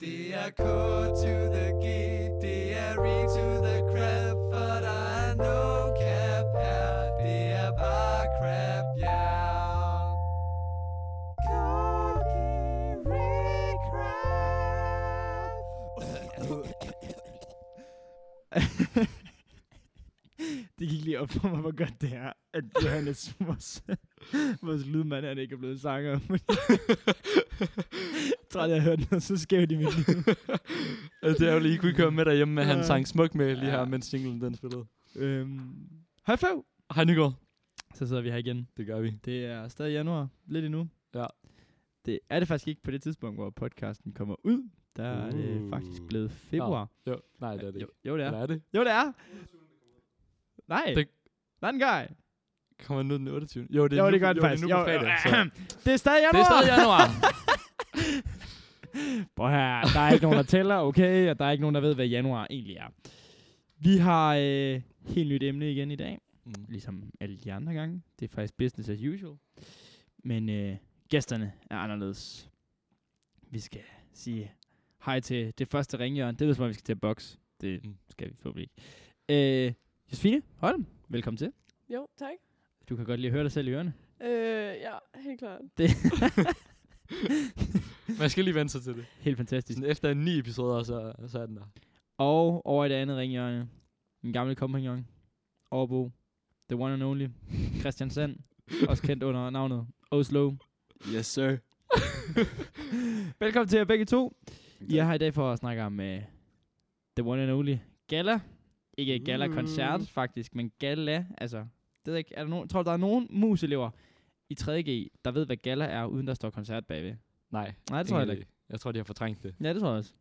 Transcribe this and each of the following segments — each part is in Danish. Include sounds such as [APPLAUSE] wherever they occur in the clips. Det er K to the G, det er re to the crap, for der er no cap her. Det er bare crap, ja. [LAUGHS] Det gik lige op for mig, hvor godt det er, at Johannes, [LAUGHS] vores, vores lydmand, han ikke er blevet sanger. [LAUGHS] fordi jeg tror, at jeg hørte noget så skævt i mit liv. Altså, det er jo lige, I kunne ikke høre med derhjemme, men han Ja. sang smuk med lige her, Ja. mens singlen den spillede. øhm, high five! Hej Nygaard. Så sidder vi her igen. Det gør vi. Det er stadig januar, lidt endnu. Ja. Det er det faktisk ikke på det tidspunkt, hvor podcasten kommer ud. Der uh. er det Uh. faktisk blevet februar. Jo, nej, det er det jo, ikke. jo, det Ja. er. Eller er det? Jo, det er. Nej. Det- Det... Nej, den gør jeg. Kommer den ud den 28. Jo, det er Jo, nu, det gør på- den jo, faktisk. Det er nu på fredag, så. [CLEARS THROAT] det er stadig januar. Det er stadig januar. Prøv her, der er ikke nogen, der tæller, okay? Og der er ikke nogen, der ved, hvad januar egentlig er. Vi har øh, helt nyt emne igen i dag, Mm. ligesom alle de andre gange. Det er faktisk business as usual. Men øh, gæsterne er anderledes. Vi skal sige hej til det første ringjørn. Det lyder som om, vi skal til at boks. Det Mm. skal vi forhåbentlig ikke. Øh, Josefine Holm, velkommen til. Jo, tak. Du kan godt lige høre dig selv i ørerne. [LAUGHS] Øh, ja, helt klart. Det Man skal lige vente sig til det. helt fantastisk. Sådan efter ni episoder, så, så er den der. Og over i det andet ringhjørne, min gamle kompagnon, Årbo, the one and only, Christian Sand, også kendt under navnet Oslo. Yes, sir. Velkommen til jer begge to. I er her i dag for at snakke om uh, the one and only gala. Ikke gala-koncert, Mm. faktisk, men gala. Altså, det ved jeg ikke, er der nogen, tror du, der er nogen muselever i 3.G, der ved, hvad gala er, uden der står koncert bagved? Nej, Nej, det tror jeg heller ingen ikke. idé. Jeg tror, de har fortrængt det. Ja, det tror jeg også.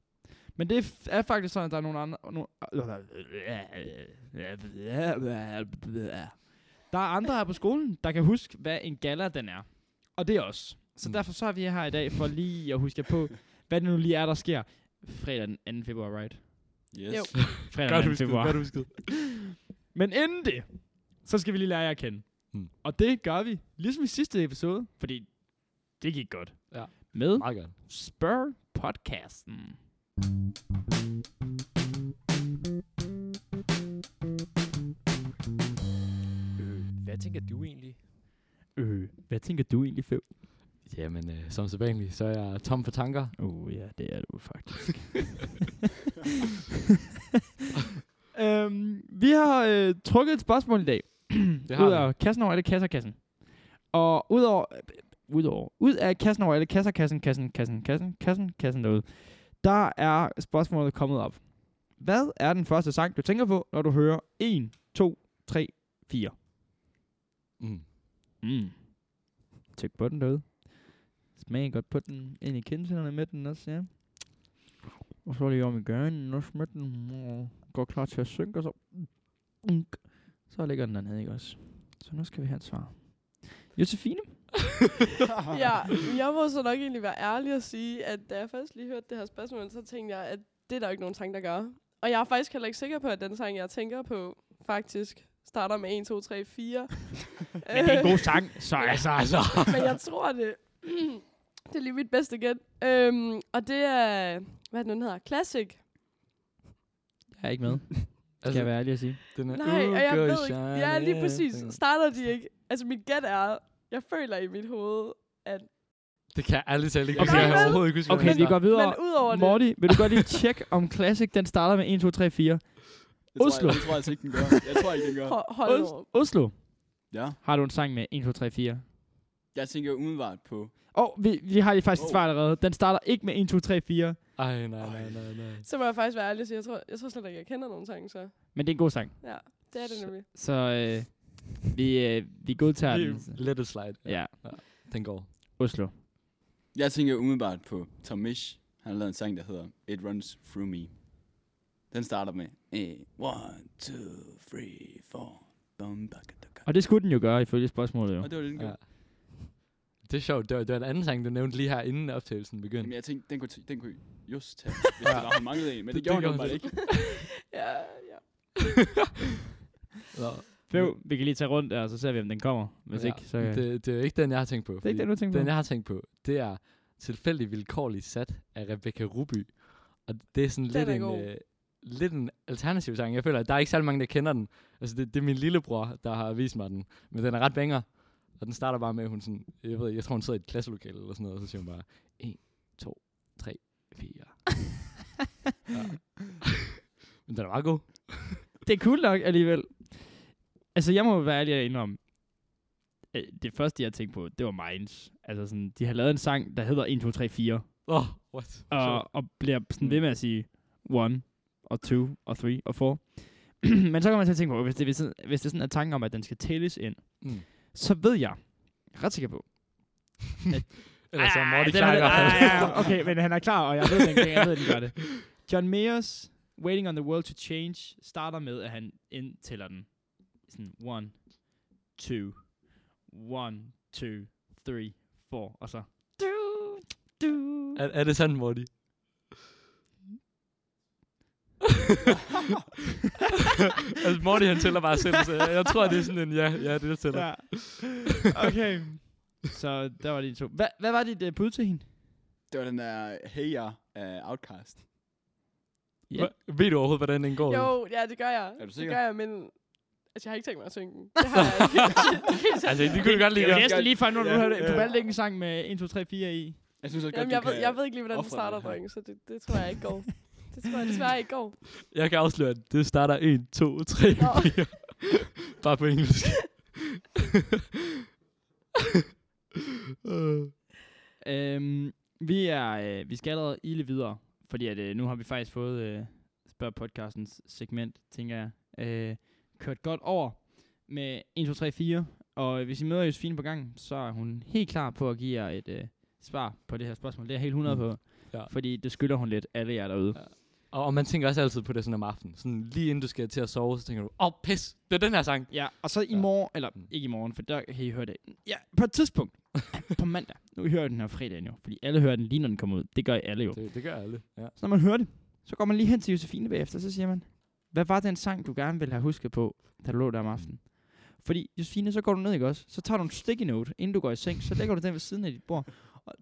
Men det f- er faktisk sådan, at der er nogle andre... Nogle der er andre her på skolen, der kan huske, hvad en gala den er. Og det er os. Så Mm. derfor så er vi her i dag for lige at huske jer på, hvad det nu lige er, der sker fredag den 2. februar, right? Yes. [LAUGHS] Jo. Fredag Godt den 2. husket, februar. godt husket. Men inden det, så skal vi lige lære jer at kende. Mm. Og det gør vi, ligesom i sidste episode, fordi det gik godt. Ja. Med Meget godt. Spørg podcasten. Øh, hvad tænker du egentlig? Øh, hvad tænker du egentlig, Føv? Jamen, øh, som sædvanligt, så er jeg tom for tanker. Oh ja, det er du [LAUGHS] faktisk. [LAUGHS] øhm, vi har øh, trukket et spørgsmål i dag. Det Hm. ud af kassen over alle kasser, kassen. Og ud over, øh, ud over, ud af kassen over alle kasser, kassen, kassen, kassen, kassen, kassen, kassen derude, der er spørgsmålet kommet op. Hvad er den første sang, du tænker på, når du hører 1, 2, 3, 4? Mm. Mm. Tyk på den derude. Smag godt på den. Ind i kindtænderne med den også, ja. Og så lige om i gørnen også med den. Og går klar til at synke, og så... Unk. Så ligger den dernede, ikke også? Så nu skal vi have et svar. Josefine? ja, jeg må så nok egentlig være ærlig og sige, at da jeg først lige hørte det her spørgsmål, så tænkte jeg, at det er der jo ikke nogen sang, der gør. Og jeg er faktisk heller ikke sikker på, at den sang, jeg tænker på, faktisk starter med 1, 2, 3, 4. sang, så altså, altså. Øh, men jeg tror det. [CLEARS THROAT] det er lige mit bedste gæt. Øhm, og det er, hvad er det nu, den hedder? Classic. Jeg er ikke med, Altså, skal jeg være ærlig at sige. Altså, Den er, Nej, "Ooh, og jeg girl, ved ikke. Ja, shine, yeah." lige Den er- præcis. Starter de ikke? Altså, mit gæt er, jeg føler i mit hoved, Det kan jeg ærligt talt ikke. Okay. Okay, jeg Nej, kan vel? overhovedet ikke huske, Okay, hvordan vi den går videre. men ud over det, Morty, vil du godt lige tjekke, om Classic den starter med 1, 2, 3, 4? Det tror Oslo. Jeg, det tror jeg altså ikke, den gør. Jeg tror ikke, den [LAUGHS] gør. Ho- hold nu op. Oslo, Ja. har du en sang med 1, 2, 3, 4? Jeg tænker umiddelbart på... Og vi, vi har lige faktisk wow. Wow. et svar allerede. Den starter ikke med 1, 2, 3, 4. starter. Ej, nej, nej, nej, nej. Så må jeg faktisk være ærlig og sige, jeg tror, jeg tror slet ikke, jeg kender nogen sange, så Men det er en god sang. ja, det er det Så- nemlig. Så øh, vi, øh, vi godtager den. Lige- Let it slide. Ja, Den går. Oslo. Jeg tænker umiddelbart på Tom Misch. Han har lavet en sang, der hedder It Runs Through Me. Den starter med... "Eh, 1, 1, 2, 3, 4... Bum, baka, daka. Og det skulle den jo gøre, ifølge spørgsmålet jo. Og det var det, den gjorde. Ja. Det er sjovt. Det var, det var en anden sang, du nævnte lige her, inden optagelsen Jamen, begyndte. jeg tænkte, den kunne, t- den kunne just tage, hvis det var, hun manglede en, men det, Det- gjorde det hun gjorde bare hun ikke. Ja, ja. Nå, Føv, vi kan lige tage rundt der, og så ser vi, om den kommer. Hvis ja. ikke, så... Det, det Det, det er jo ikke den, jeg har tænkt på. er ikke fordi det, du tænker den, på. jeg har tænkt på, det er tilfældig vilkårligt sat af Rebecca Ruby. Og det er sådan Den lidt er en, god. øh, lidt en alternativ sang. Jeg føler, at der er ikke særlig mange, der kender den. Altså, det, det er min lillebror, der har vist mig den. Men den er ret banger. Og den starter bare med, at hun sådan... Jeg ved, ikke, jeg tror, hun sidder i et klasselokale eller sådan noget. Og så siger hun bare... 1, 2, 3, 4. ja. Men den er meget god. [LAUGHS] det er cool nok alligevel. Altså, jeg må være ærlig at indrømme. øh, Det første, jeg tænkte på, det var Minds. Altså sådan, de har lavet en sang, der hedder 1, 2, 3, 4. Åh, oh, what? Sjovt. Og, og bliver sådan ved med at sige 1, og 2, og 3, og 4. [CLEARS THROAT] Men så kan man til at tænke på, hvis det, hvis, det- hvis det sådan er tanken om, at den skal tælles ind, Mm. så ved jeg, jeg er ret sikker på, Ellers så er Ej, Morty den klar Ah, i er- hvert fald. ej, ej, Okay, men han er klar, og jeg ved, den, jeg ved, den gør det. John Mayers Waiting on the World to Change starter med, at han indtæller den. Sådan, one, two, one, two, three, four, og så... Du, du. [LAUGHS] [LAUGHS] Er, er det sandt, Morty? altså, Morty han tæller bare selv, så jeg, jeg tror, det er sådan en ja, ja, det tæller. Ja. Ja. Okay. så der var de to. Hva, hvad var dit uh, bud til hende? Det var den der Hey Ya af Outcast. Ja. Ved du overhovedet, hvordan den går? Jo, ja, det gør jeg. du Det sikker? gør jeg, men... Altså, jeg har ikke tænkt mig at synge den. Det har jeg ikke. [LAUGHS] Det kan jeg så- Altså, det kunne du godt lide. Jeg Ja. næsten lige fandt, når du Ja, hørte det. Du ja. valgte ikke en sang med 1, 2, 3, 4 i. Jeg synes også godt, Jamen, du jeg, ved, kan... jeg ved ikke lige, hvordan den ofre den starter, her. drenge, så det, det tror jeg ikke går. Det tror jeg desværre ikke går. Jeg kan afsløre, at det starter 1, 2, 3, Nå. 4. [LAUGHS] bare på [LAUGHS] engelsk. Øh. Øhm, vi, er, øh, vi skal allerede ilde videre, fordi at, øh, nu har vi faktisk fået øh, spørg podcastens segment, tænker jeg, øh, kørt godt over med 1, 2, 3, 4. Og øh, hvis I møder Josefine på gangen, så er hun helt klar på at give jer et øh, svar på det her spørgsmål. Det er jeg helt 100 Mm. på, Ja. fordi det skylder hun lidt alle jer derude. og, og, man tænker også altid på det sådan om aftenen. Sådan lige inden du skal til at sove, så tænker du, åh, oh, pis, det er den her sang. Ja, og så i Ja. morgen, eller Mm. ikke i morgen, for der kan I høre det. Ja, på et [LAUGHS] tidspunkt. på mandag. Nu hører I den her fredag jo, fordi alle hører den lige, når den kommer ud. Det gør I alle jo. Det, det gør alle. Ja. Så når man hører det, så går man lige hen til Josefine bagefter, så siger man, hvad var den sang, du gerne ville have husket på, da du lå der om aftenen? Fordi Josefine, så går du ned, ikke også? Så tager du en sticky note, inden du går i seng, så lægger du den ved siden af dit bord. Og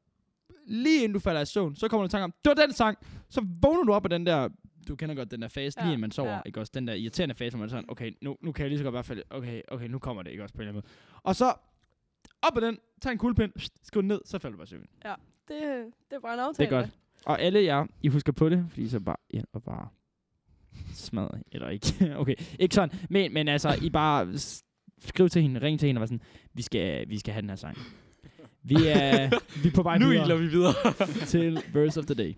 lige inden du falder i søvn, så kommer du i tanke om, det var den sang! Så vågner du op af den der, du kender godt den der fase, Ja, lige inden man sover, ja. ikke også? Den der irriterende fase, hvor man er sådan, okay, nu, nu kan jeg lige så godt i hvert fald, okay, okay, nu kommer det, ikke også? På en eller anden måde. Og så op af den, tag en kuglepind, skriv den ned, så falder du bare i søvn. Det, det er bare en aftale. Det er godt. Og alle jer, I husker på det, fordi så bare, ja, og bare smadrer, eller ikke, [LAUGHS] okay, ikke sådan, men, men altså, I bare s- skriv til hende, ring til hende og var sådan, vi skal, vi skal have den her sang. Vi er, vi er på [LAUGHS] vej Nu iler videre vi videre. til Verse of the Day.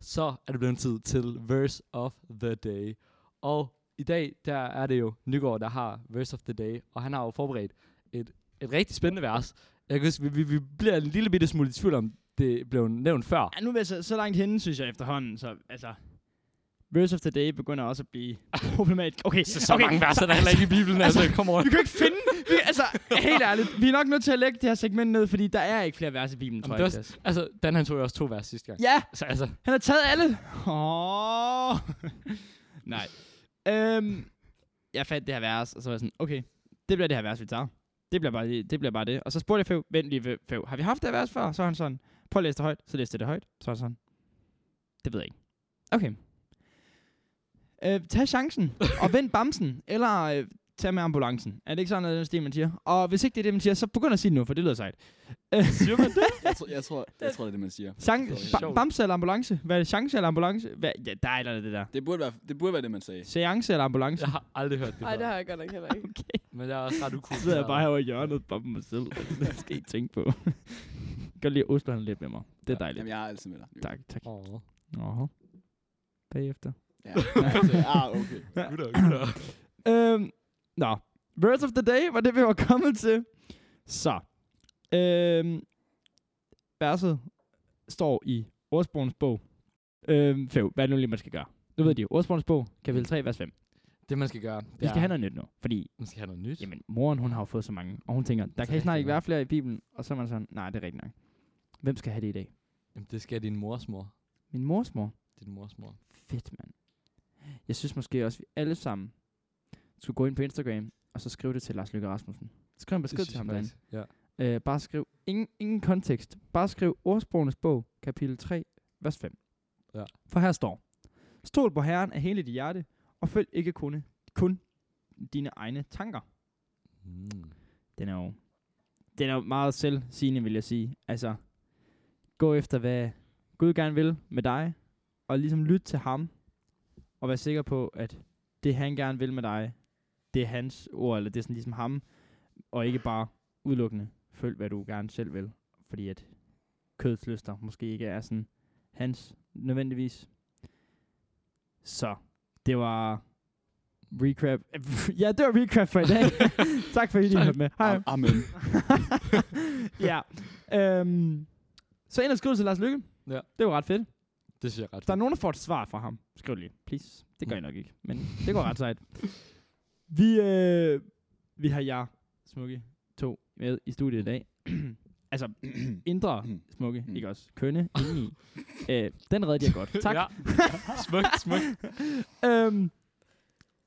så er det blevet tid til Verse of the Day. Og i dag, der er det jo Nygaard, der har Verse of the Day, og han har jo forberedt et, et rigtig spændende vers. Jeg kan huske, vi, vi, vi bliver en lille bitte smule i tvivl om, det blev nævnt før. Ja, nu er jeg så, så langt henne, synes jeg efterhånden, så altså, Verse of the Day begynder også at blive problematisk. Okay, Så, så okay, okay. mange vers er der heller ikke i Bibelen, altså, altså kom over. [LAUGHS] Vi kan ikke finde, vi, altså, helt ærligt, vi er nok nødt til at lægge det her segment ned, fordi der er ikke flere vers i Bibelen, tror Jamen, jeg. det er Klaas. Altså, Dan han tog jo også to vers sidste gang. Ja, Så altså, Han har taget alle. Oh. [LAUGHS] Nej. Øhm, jeg fandt det her vers, og så var jeg sådan, okay, det bliver det her vers, vi tager. Det bliver bare det. Det, bliver bare det. Og så spurgte jeg Fev, vent lige Fev, har vi haft det her vers før? Så var han sådan, prøv at læse det højt. Så læste jeg det højt. Så var han sådan, det ved jeg ikke. Okay. Øh, tag chancen, og vend bamsen, eller øh, tag med ambulancen. Er det ikke sådan, at det er det, man siger? Og hvis ikke det er det, man siger, så begynd at sige det nu, for det lyder sejt. Øh, Siger man Jeg tror, jeg, tror, jeg tror, det er det, man siger. Sang, Det er ba- sjovt. bamse eller ambulance? Hvad er det? Chance eller ambulance? Hvad? Ja, der er et eller andet, det der. Det burde være det, burde være det man sagde. Seance eller ambulance? [LAUGHS] jeg har aldrig hørt det Nej, det før, har jeg godt nok heller ikke. men jeg er også ret ukul. Så sidder jeg bare herovre i hjørnet bare med mig selv. Det skal I ikke tænke på. [LAUGHS] Jeg kan godt lide at Oslo lidt med mig. Det er dejligt. Jamen, jeg er altid med dig. Tak, tak. Åh, Åh. Bagefter. Ja. [LAUGHS] Altså, ah, okay. gutter, gutter. [LAUGHS] Øhm, nå. Words of the day var det, vi var kommet til. Så. Øhm, verset står i Ordsprogens bog. Øhm, Fev, hvad er det nu lige, man skal gøre? Nu ved de, Ordsprogens bog, kapitel 3, vers 5. Det man skal gøre, det Vi skal er, have noget nyt nu, fordi man skal have noget nyt. jamen, moren hun har jo fået så mange, og hun tænker, der er kan ikke snart rigtigt ikke nok. være flere i Bibelen, og så er man sådan, nej, det er rigtigt nok. Hvem skal have det i dag? Jamen, det skal din mors mor. Min morsmor? Din mors mor. Fedt, mand. Jeg synes måske også, vi alle sammen skulle gå ind på Instagram, og så skrive det til Lars Løkke Rasmussen. Skriv en besked til ham derinde. Ja. Øh, bare skriv ingen, ingen kontekst. Bare skriv ordsprogenes bog, kapitel 3, vers 5. Ja. For her står, Stol på Herren af hele dit hjerte, og følg ikke kun, kun dine egne tanker. [LAUGHS] Mm. Den er jo, den er jo meget selvsigende, vil jeg sige. Altså, gå efter, hvad Gud gerne vil med dig, og ligesom lytte til ham, og være sikker på, at det han gerne vil med dig, det er hans ord, eller det er sådan ligesom ham, og ikke bare udelukkende følg, hvad du gerne selv vil. Fordi at kødets lyster måske ikke er sådan hans nødvendigvis. Så det var recap. [LAUGHS] ja, det var recap for i dag. [LAUGHS] tak for, at I lige hørte med. Hej. Am- Amen. ja. Øhm, så ind og skriv til Lars Lykke. Ja. Det var ret fedt. Det synes jeg er ret Hvis der er nogen, der får et svar fra ham, skriv det lige. Please. Det gør jeg nok ikke, men det går ret sejt. Vi, øh, vi har jer, Smukke, to med i studiet i dag. [CLEARS THROAT] altså, [CLEARS THROAT] indre Smukke, ikke også kønne, [LAUGHS] indeni. øh, den redde jeg godt. Tak. Ja. Smukt, smukt. øhm,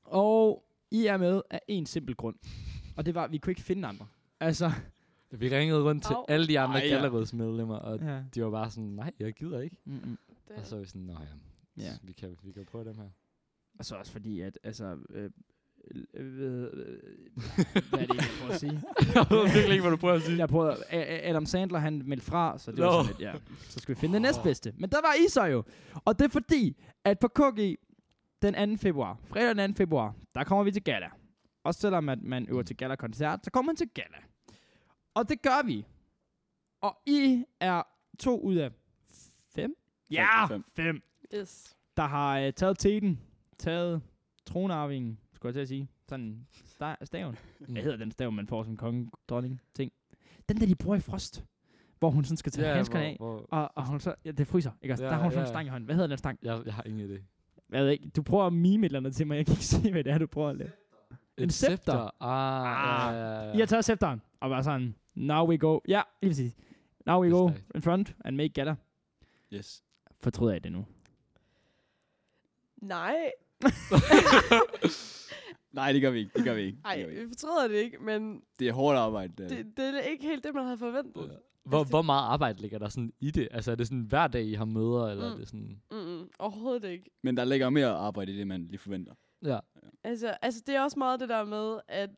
og I er med af en simpel grund. Og det var, at vi kunne ikke finde andre. Altså, Vi ringede rundt til Au. alle de andre Ej, ja. Gallerøds medlemmer, og ja. de var bare sådan, nej, jeg gider ikke. Mm-mm. Det, Og så er vi sådan, nej, ja. ja. Vi, kan, vi kan prøve dem her. Og så også fordi, at altså... Øh, øh, øh, hvad er det, jeg prøver at sige? [LAUGHS] jeg ved virkelig ikke, hvad du prøver at sige. Jeg prøver, A- A- Adam Sandler, han meldte fra, så det var Nå. sådan lidt, ja. Så skulle vi finde den næstbedste. Men der var I så jo. Og det er fordi, at på KG den 2. februar, fredag den 2. februar, der kommer vi til gala. Også selvom at man øver til gala-koncert, så kommer man til gala. Og det gør vi. Og I er to ud af fem? Ja, fem. fem yes. der har øh, taget teten, taget tronarvingen, skulle jeg til at sige. Sådan sta- staven. Mm. Hvad hedder den stav, man får som konge, dronning, ting? Den der, de bruger i frost, hvor hun sådan skal tage yeah, handskerne af. hvor, Og, og hun så, ja, det fryser, ikke også? Ja, Yeah, der har hun sådan en ja. stang i hånden. Hvad hedder den stang? Jeg, jeg har ingen idé. Jeg ved ikke, du prøver at mime et eller andet til mig, jeg kan ikke [LAUGHS] se, hvad det er, du prøver at lave. En scepter. Ah, Ah. ja, ja, ja. I har taget scepteren, og var sådan, now we go. Ja, lige præcis. Now we Det er go stærkt. in front and make gala. Yes. Fortryder jeg det nu? Nej, Nej, det gør vi ikke. Det gør vi ikke. Det, nej, gør vi ikke. vi fortryder det ikke, men det er hårdt arbejde. Det, er det. det, det er ikke helt det, man havde forventet. Hvor, hvor meget arbejde ligger der sådan i det? Altså er det sådan hver dag, I har møder, eller mm. er Mm. det sådan... Mm-mm, overhovedet ikke. Men der ligger mere arbejde i det, man lige forventer. Ja. Altså, altså, det er også meget det der med, at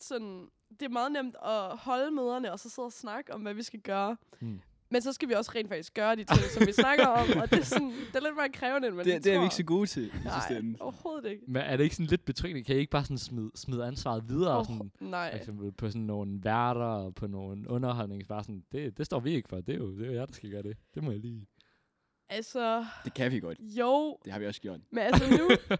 sådan, det er meget nemt at holde møderne, og så sidde og snakke om, hvad vi skal gøre. Mm. Men så skal vi også rent faktisk gøre de ting, som vi snakker om, og det er, sådan, det er lidt mere krævende, end man lige Det, det er vi tror. ikke så gode til i sidste ende. Nej, overhovedet ikke. Men er det ikke sådan lidt betryggende? Kan I ikke bare sådan smide, smide ansvaret videre? Oh. Sådan, Overho- nej. for eksempel på sådan nogle værter og på nogle underholdnings. Bare sådan, det, det står vi ikke for. Det er jo, det er jo jeg, der skal gøre det. Det må jeg lige. Altså, Det kan vi godt. jo. Det har vi også gjort. Men altså [LAUGHS] nu...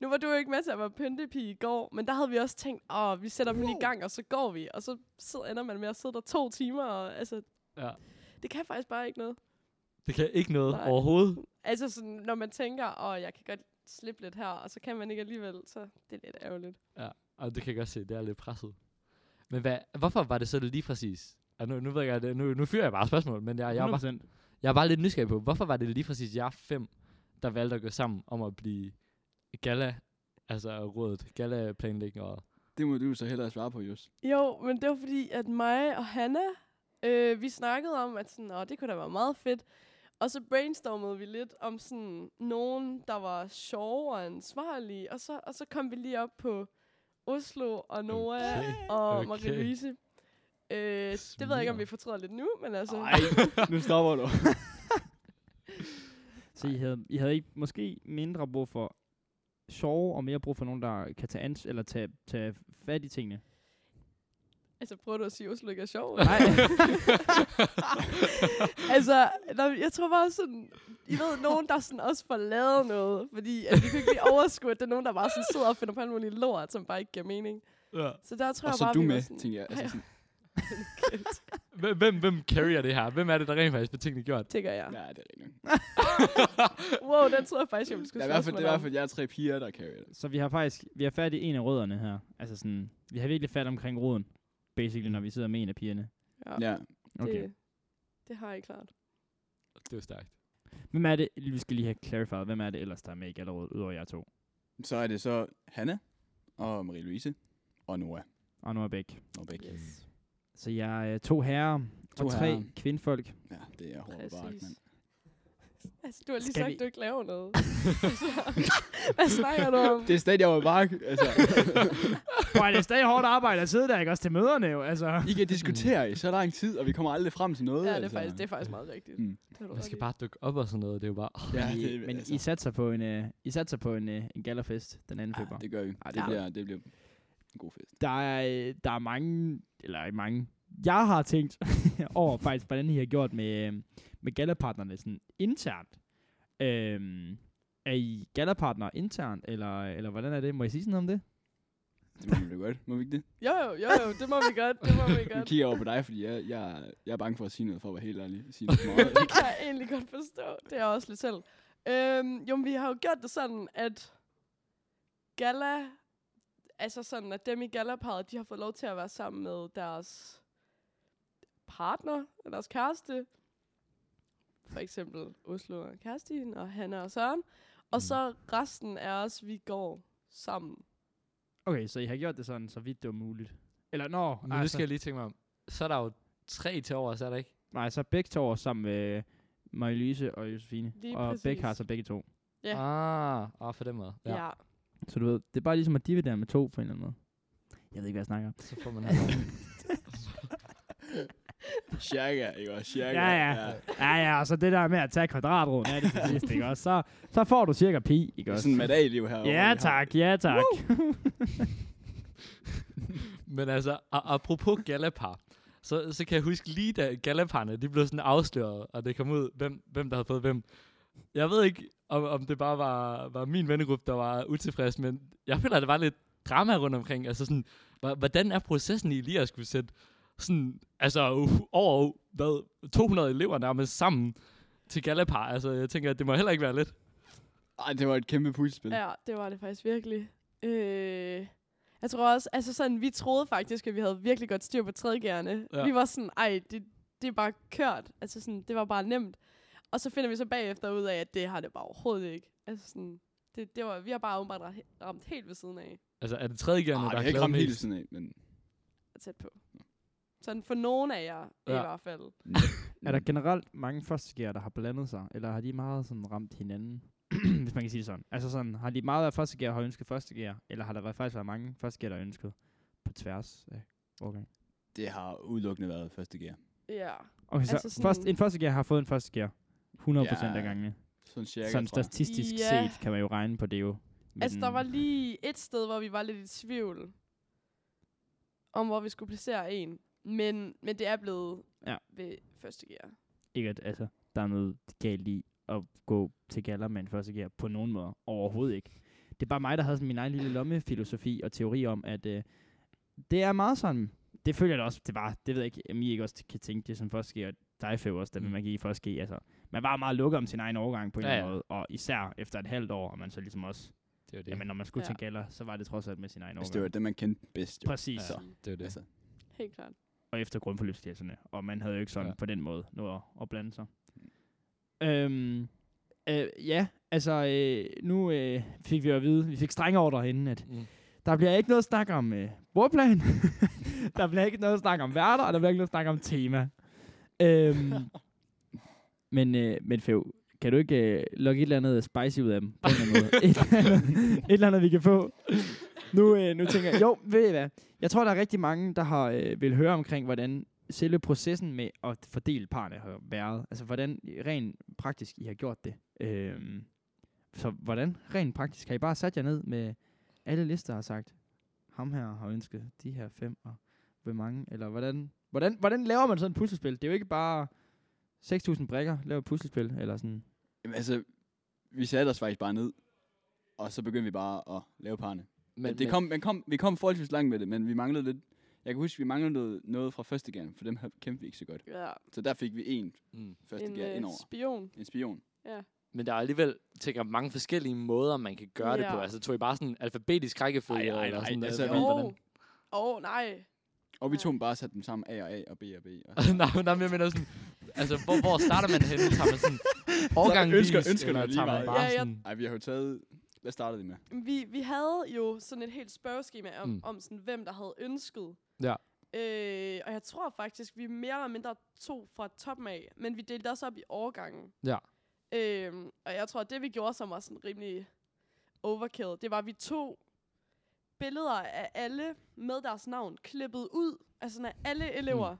nu var du jo ikke med til at være pyntepige i går, men der havde vi også tænkt, åh, vi sætter dem lige i gang, og så går vi. Og så sidder, ender man med at sidde der to timer, og altså, Ja. det kan faktisk bare ikke noget. Det kan ikke noget Nej. Nej. overhovedet. Altså, sådan, når man tænker, åh, jeg kan godt slippe lidt her, og så kan man ikke alligevel, så det er lidt ærgerligt. Og det kan jeg godt se, det er lidt presset. Men hvad, hvorfor var det så lige præcis? Og nu, nu ved jeg, godt, nu, nu fyrer jeg bare spørgsmål, men jeg, jeg, var, 100%. jeg er bare lidt nysgerrig på, hvorfor var det lige præcis jer fem, der valgte at gå sammen om at blive gala, altså rådet, gala planlægning og... Det må du så hellere svare på, Jus. Jo, men det var fordi, at mig og Hanna, øh, vi snakkede om, at sådan, åh, det kunne da være meget fedt. Og så brainstormede vi lidt om sådan nogen, der var sjove og ansvarlige. Og så, og så kom vi lige op på Oslo og Noah okay. Okay, og okay. okay. Marie-Louise. Øh, det ved jeg ikke, om vi fortryder lidt nu, men altså... Nej, nu stopper du. Så I havde, I havde ikke måske mindre brug for sjove, og mere brug for nogen, der kan tage, ans eller tage, tage fat i tingene. Altså, prøver du at sige, at Oslo ikke er sjov? Nej. [LAUGHS] altså, når, jeg tror bare sådan, I ved, nogen, der sådan også får lavet noget, fordi at vi kan ikke lige overskue, at der er nogen, der bare sådan sidder og finder på alt muligt lort, som bare ikke giver mening. Ja. [LAUGHS] Så der tror Og jeg så bare, du vi var med, sådan, tænker jeg. Altså, sådan, Hvem, hvem, hvem carrier det her? Hvem er det, der rent faktisk bliver tingene gjort? tænker jeg. ja, det er rigtigt. nok. [LAUGHS] Wow, den tror jeg faktisk, jeg ville Det skulle er i hvert fald, det er i hvert fald, jeg er tre piger, der carrier det. Så vi har faktisk vi har fat i en af rødderne her. Altså sådan, vi har virkelig fat omkring roden, basically, når vi sidder med en af pigerne. Ja. Okay. Det, det har jeg klart. Det er jo stærkt. Hvem er det, vi skal lige have clarified, hvem er det ellers, der er med i Gallerød, udover jer to? Så er det så Hanna, og Marie-Louise, og Noah Og nu er Bæk. Norbæk. Yeah. Yes. Så jeg er øh, to herrer To og tre herrer. [LAUGHS] kvindfolk. Ja, det er hårdt bark, Præcis. [LAUGHS] mand. Altså, du har lige Skal sagt, vi- du ikke laver noget. Hvad snakker du om? Det er stadig over bark. [LAUGHS] Altså, Boy, det er stadig hårdt arbejde at sidde der, ikke? Også til møderne jo, altså. I kan diskutere i så lang tid, og vi kommer aldrig frem til noget. Ja, det er altså. faktisk, det er faktisk meget rigtigt. Mm. Det har du Man ret skal i. bare dukke op og sådan noget. Det er jo bare... Oh, Ja, Men I, det, men altså, I satser på en, øh, I satser på en, øh, en gallerfest den 2. februar. ja, det gør vi. Ej, Ej, det det, er- bliver, det bliver en god fest. der er, øh, der er mange, eller ikke mange, jeg har tænkt [LAUGHS] over faktisk, hvordan I har gjort med, øh, med gallapartnerne sådan internt. Øhm, er I gallapartner internt, eller, eller hvordan er det? Må I sige sådan noget om det? Det må vi da godt. Må vi ikke det? Jo, jo, jo, jo, det må vi godt, det [LAUGHS] må vi Nu godt. kigger jeg over på dig, fordi jeg, jeg, jeg er bange for at sige noget, for at være helt ærlig. Sige noget for meget. Det kan jeg egentlig godt forstå. Det er jeg også lidt selv. Øhm, jo, men vi har jo gjort det sådan, at gala, altså sådan, at dem i galaparet, de har fået lov til at være sammen med deres partner, eller deres kæreste. For eksempel Oslo og Kerstin, og Hanna og Søren. Og Mm. så resten af os, vi går sammen. Okay, så I har gjort det sådan, så vidt det var muligt. Eller nå, altså- men nu skal jeg lige tænke mig om. Så er der jo tre til over, så er der ikke? nej, så begge to år sammen med Marie-Louise og Josefine. Lige og præcis. begge har så begge to. Ja. Ah, ah, for den måde. Ja. ja. Så du ved, det er bare ligesom at dividere med to på en eller anden måde. Jeg ved ikke, hvad jeg snakker om. Så får man halv. Cirka, ikke også? Cirka. Ja, ja. Ja, ja, og så det der med at tage kvadratroden af det til sidst, ikke også? Så, så får du cirka pi, ikke Det er også? sådan med dag liv herovre. Ja tak, ja tak. [LAUGHS] Men altså, a- apropos Galapar, så, så kan jeg huske lige da Galaparne, de blev sådan afsløret, og det kom ud, hvem, hvem der havde fået hvem. Jeg ved ikke, om, om det bare var, var min vennegruppe, der var utilfreds, men jeg føler, at der var lidt drama rundt omkring. Altså sådan, hva- hvordan er processen i lige at skulle sætte sådan, altså uh, over hvad, 200 elever nærmest sammen til Galapar? Altså, jeg tænker, at det må heller ikke være lidt. Ej, det var et kæmpe puslespil. Ja. Ja, det var det faktisk virkelig. Øh, jeg tror også, altså sådan, vi troede faktisk, at vi havde virkelig godt styr på tredjegærende. Ja. Ja. Vi var sådan, ej, det, det er bare kørt. Altså sådan, det var bare nemt. Og så finder vi så bagefter ud af, at det har det bare overhovedet ikke. Altså sådan, det, det var, vi har bare åbenbart ra- ramt helt ved siden af. Altså, er det tredje gerne, Arh, Ah, der det er har ikke glad ramt helt mest? sådan af, men... Tæt på. Sådan for nogen af jer, ja. i Ja. hvert fald. Er der generelt mange førstegear, der har blandet sig, eller har de meget sådan ramt hinanden, [CLEARS THROAT] hvis man kan sige det sådan? Altså sådan, har de meget været førstegear og har ønsket førstegear, eller har der været- faktisk været mange førstegear, der har ønsket på tværs af årgang? Det har udelukkende været første gear. Ja. Okay, så Altså altså først, sådan- en førstegear har fået en førstegear 100% af Ja, gangene. Sådan cirka, Sådan tror jeg. statistisk Ja. set kan man jo regne på det jo. Men Altså, der var lige et sted, hvor vi var lidt i tvivl om, hvor vi skulle placere en. Men, men det er blevet Ja. ja. ved første gear. Ikke at altså, der er noget galt i at gå til galler med en førstegear på nogen måde. Overhovedet ikke. Det er bare mig, der havde sådan min egen lille lommefilosofi og teori om, at øh, det er meget sådan. Det føler jeg da også, det var, det ved jeg ikke, om I ikke også kan tænke det som førstegear, og dig Føv, også, da Mm. man gik i første altså. Man var meget lukket om sin egen overgang på en Ja, eller anden ja. måde, og især efter et halvt år, og man så ligesom også, Det er jo det. jamen når man skulle Ja. til galler, så var det trods alt med sin egen Hvis det var overgang. det, man kendte bedst. Jo. Præcis. ja, det er jo det. Altså, Helt klart. og efter grundforløbsklasserne, og man havde jo ikke sådan ja. Ja. på den måde noget at, at blande sig. Øhm, øh, ja, altså øh, nu øh, fik vi jo at vide, vi fik strenge ordre inden, at Mm. der bliver ikke noget snak om øh, bordplan, [LAUGHS] der bliver ikke noget snak om værter, og der bliver ikke noget snak om tema. Øhm, men, øh, men Fev, kan du ikke øh, lokke et eller andet spicy ud af dem? På en eller anden måde? et, eller andet, et eller andet, vi kan få. Nu, øh, nu tænker jeg, jo, ved I hvad? Jeg tror, der er rigtig mange, der har øh, vil høre omkring, hvordan selve processen med at fordele parne har været. Altså, hvordan rent praktisk I har gjort det. Øhm, så hvordan rent praktisk har I bare sat jer ned med alle lister og sagt, ham her har ønsket de her fem, og hvor mange, eller hvordan, hvordan, hvordan laver man sådan et puslespil? Det er jo ikke bare 6.000 brikker, laver et puslespil, eller sådan. jamen, altså, vi satte os faktisk bare ned, og så begyndte vi bare at lave parne. Men, det kom, men kom, vi kom forholdsvis langt med det, men vi manglede lidt. Jeg kan huske, vi manglede noget, noget fra første gang, for dem her kendte vi ikke så godt. Ja. Så der fik vi en Mm. første en gear øh, indover. spion. En spion. Men der er alligevel, tænker jeg, mange forskellige måder, man kan gøre det Ja. på. Altså, tog I bare sådan en alfabetisk rækkefølge? Ej, ej, eller ej, sådan, altså, øh, vi- hvordan- Åh, oh, nej. Og vi Nej. to bare satte dem sammen A og A og B [LAUGHS] og B. Og nej, men- nej, men jeg mener sådan, altså, hvor, [LAUGHS] hvor starter man henne? Tager man sådan årgangvis? Ønsker- ønsker du eller lige tager man meget? bare Ja, jeg- sådan, Ej, vi har jo taget Hvad startede I med? Vi, vi havde jo sådan et helt spørgeskema om, Mm. mm. om sådan, hvem der havde ønsket. Ja. Øh, og jeg tror faktisk, vi er mere eller mindre to fra toppen af, men vi delte også op i årgangen. Ja. Øh, og jeg tror, det vi gjorde, som var sådan rimelig overkill, det var, at vi tog billeder af alle med deres navn klippet ud, altså sådan af alle elever. Mm.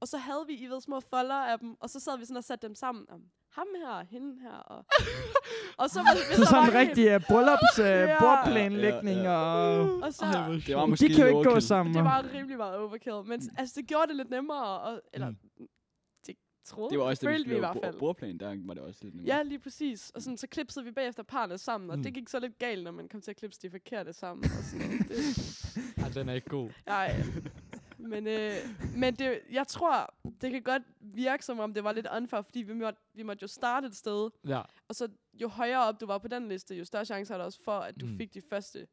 Og så havde vi, I ved, små folder af dem, og så sad vi sådan og satte dem sammen. Om ham her, og hende her, og... og så, hvis Så der var sådan en en- rigtig uh, bryllups uh, Ja. bordplanlægning Ja, ja, og... Og så, Det var måske de kan jo lidt ikke gå overkill. sammen. Det var rimelig meget overkill, men s- altså, det gjorde det lidt nemmere, og, eller det troede Mm. Det var også det, følte vi i vi hvert på fald. bordplan, der var det også lidt nemmere. Ja, lige præcis. Og sådan, så klipsede vi bagefter parne sammen, og Mm. det gik så lidt galt, når man kom til at klipse de forkerte sammen. Og sådan noget. Det, Ej, den er ikke god. nej. Men, øh, men det, jeg tror, det kan godt virke, som om det var lidt unfair, fordi vi måtte, vi måtte jo starte et sted, Ja. og så jo højere op du var på den liste, jo større chance er der også for, at du Mm. mm. fik de første.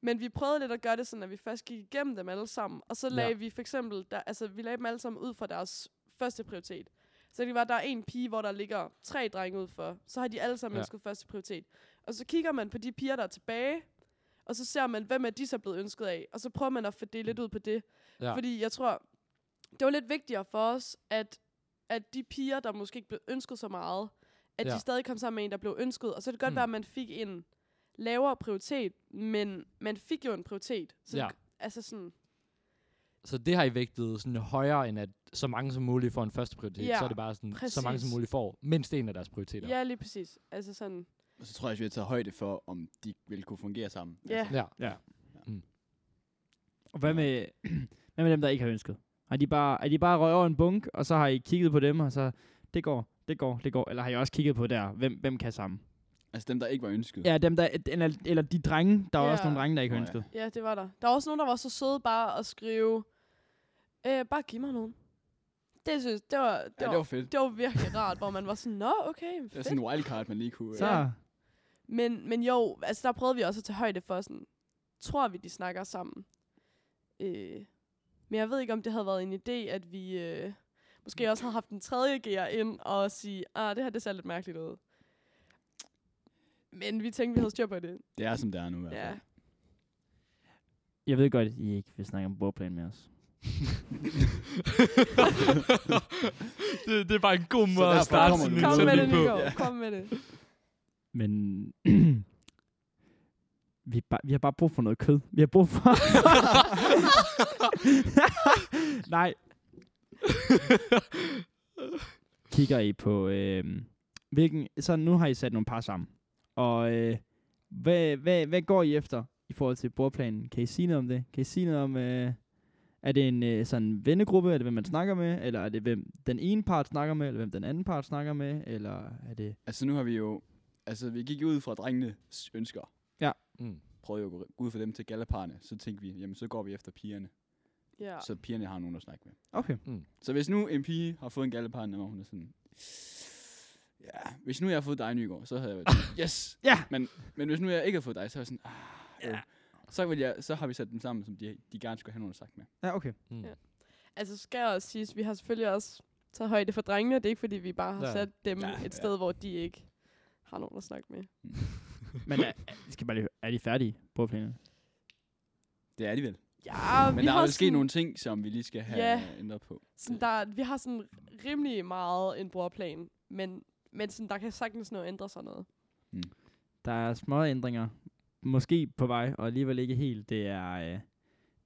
Men vi prøvede lidt at gøre det sådan, at vi først gik igennem dem alle sammen, og så lagde Ja. ja. vi for eksempel, der, altså vi lagde dem alle sammen ud fra deres første prioritet. Så det kan være, at der er en pige, hvor der ligger tre drenge ud for, så har de alle sammen Ja. ja. ønsket første prioritet. Og så kigger man på de piger, der er tilbage, og så ser man, hvem er de så blevet ønsket af, og så prøver man at Mm. fordele lidt ud på det. Ja. Ja. Fordi jeg tror, det var lidt vigtigere for os, at, at de piger, der måske ikke blev ønsket så meget, at ja. Ja. de stadig kom sammen med en, der blev ønsket. Og så kan det godt Hmm. Mm. mm. være, at man fik en lavere prioritet, men man fik jo en prioritet. Så Ja. det- altså sådan, Så det har I vægtet sådan højere, end at så mange som muligt får en første prioritet. Ja, så er det bare sådan, så mange som præcis. muligt får mindst en af deres prioriteter. ja, lige præcis. Altså sådan, Og så tror jeg, at vi har taget højde for, om de ville kunne fungere sammen. Altså, Ja. ja. Mm. Og hvad med, [CLEARS THROAT] hvad med dem, der ikke har ønsket? Har de bare, er de bare røget over en bunk, og så har I kigget på dem, og så, det går, det går, det går. Eller har I også kigget på der, hvem, hvem kan sammen? Altså dem, der ikke var ønsket. Ja, dem der, eller, eller de drenge, der var også Ja. nogle drenge, der ikke har Nå ja. ønsket. ja, det var der. Der var også nogen, der var så søde bare at skrive, øh, bare giv mig nogen. Det synes det var, det, ja det var fedt. det var virkelig rart, hvor man var sådan, nå, okay, Det var fedt. sådan en wildcard, man lige kunne... Så, øh, Men, men jo, altså der prøvede vi også at tage højde for sådan, tror vi, de snakker sammen. Øh, men jeg ved ikke, om det havde været en idé, at vi øh, måske også havde haft en tredje gear ind og sige, ah, det her det ser lidt mærkeligt ud. Men vi tænkte, vi havde styr på det. Det er, som det er nu i hvert fald. Ja. jeg ved godt, I ikke vil snakke om bordplan med os. det, det er bare en god Så måde derfor at starte kommer sådan den en nu. Kom med det, sætning på. Nico. Kom med det. Men [CLEARS THROAT] vi, er bare, vi har bare brug for noget kød. Vi har brug for... [LAUGHS] Nej. Kigger I på, øh, hvilken... Så nu har I sat nogle par sammen. Og øh, hvad, hvad, hvad går I efter i forhold til bordplanen? Kan I sige noget om det? Kan I sige noget om... Øh, er det en øh, sådan vennegruppe? Er det, hvem man snakker med? Eller er det, hvem den ene part snakker med? Eller hvem den anden part snakker med? Eller er det... [LAUGHS] Altså nu har vi jo... Altså vi gik jo ud fra drengenes ønsker. Mm. Prøvede jo at gå gå ud fra dem til galleparne. Så tænkte vi, jamen så går vi efter pigerne. Ja. Så pigerne har nogen at snakke med. Okay. mm, Så hvis nu en pige har fået en galleparne, og hun er sådan... Ja, hvis nu jeg har fået dig, Nygaard, så havde jeg været sådan, yes! Ja! Men, men hvis nu jeg ikke har fået dig, så er jeg sådan, ah, ja. så, vil jeg, så har vi sat dem sammen, som de, de gerne skulle have nogen at snakke med. Ja, okay. Mm. Ja. Altså skal jeg også sige, at vi har selvfølgelig også taget højde for drengene. Det er ikke, fordi vi bare har Ja. sat dem Ja, ja. et sted, hvor de ikke har nogen at snakke med. [LAUGHS] Men er, er- skal bare lige høre, er de færdige på planen? Det er de vel. Ja, Men vi der er har vel sket sådan- nogle ting, som vi lige skal have Ja. ændret på. Sådan der, vi har sådan rimelig meget en brugerplan, men, men sådan, der kan sagtens nå at ændre sig noget. Der er små ændringer. Måske på vej, og alligevel ikke helt. Det er... Øh,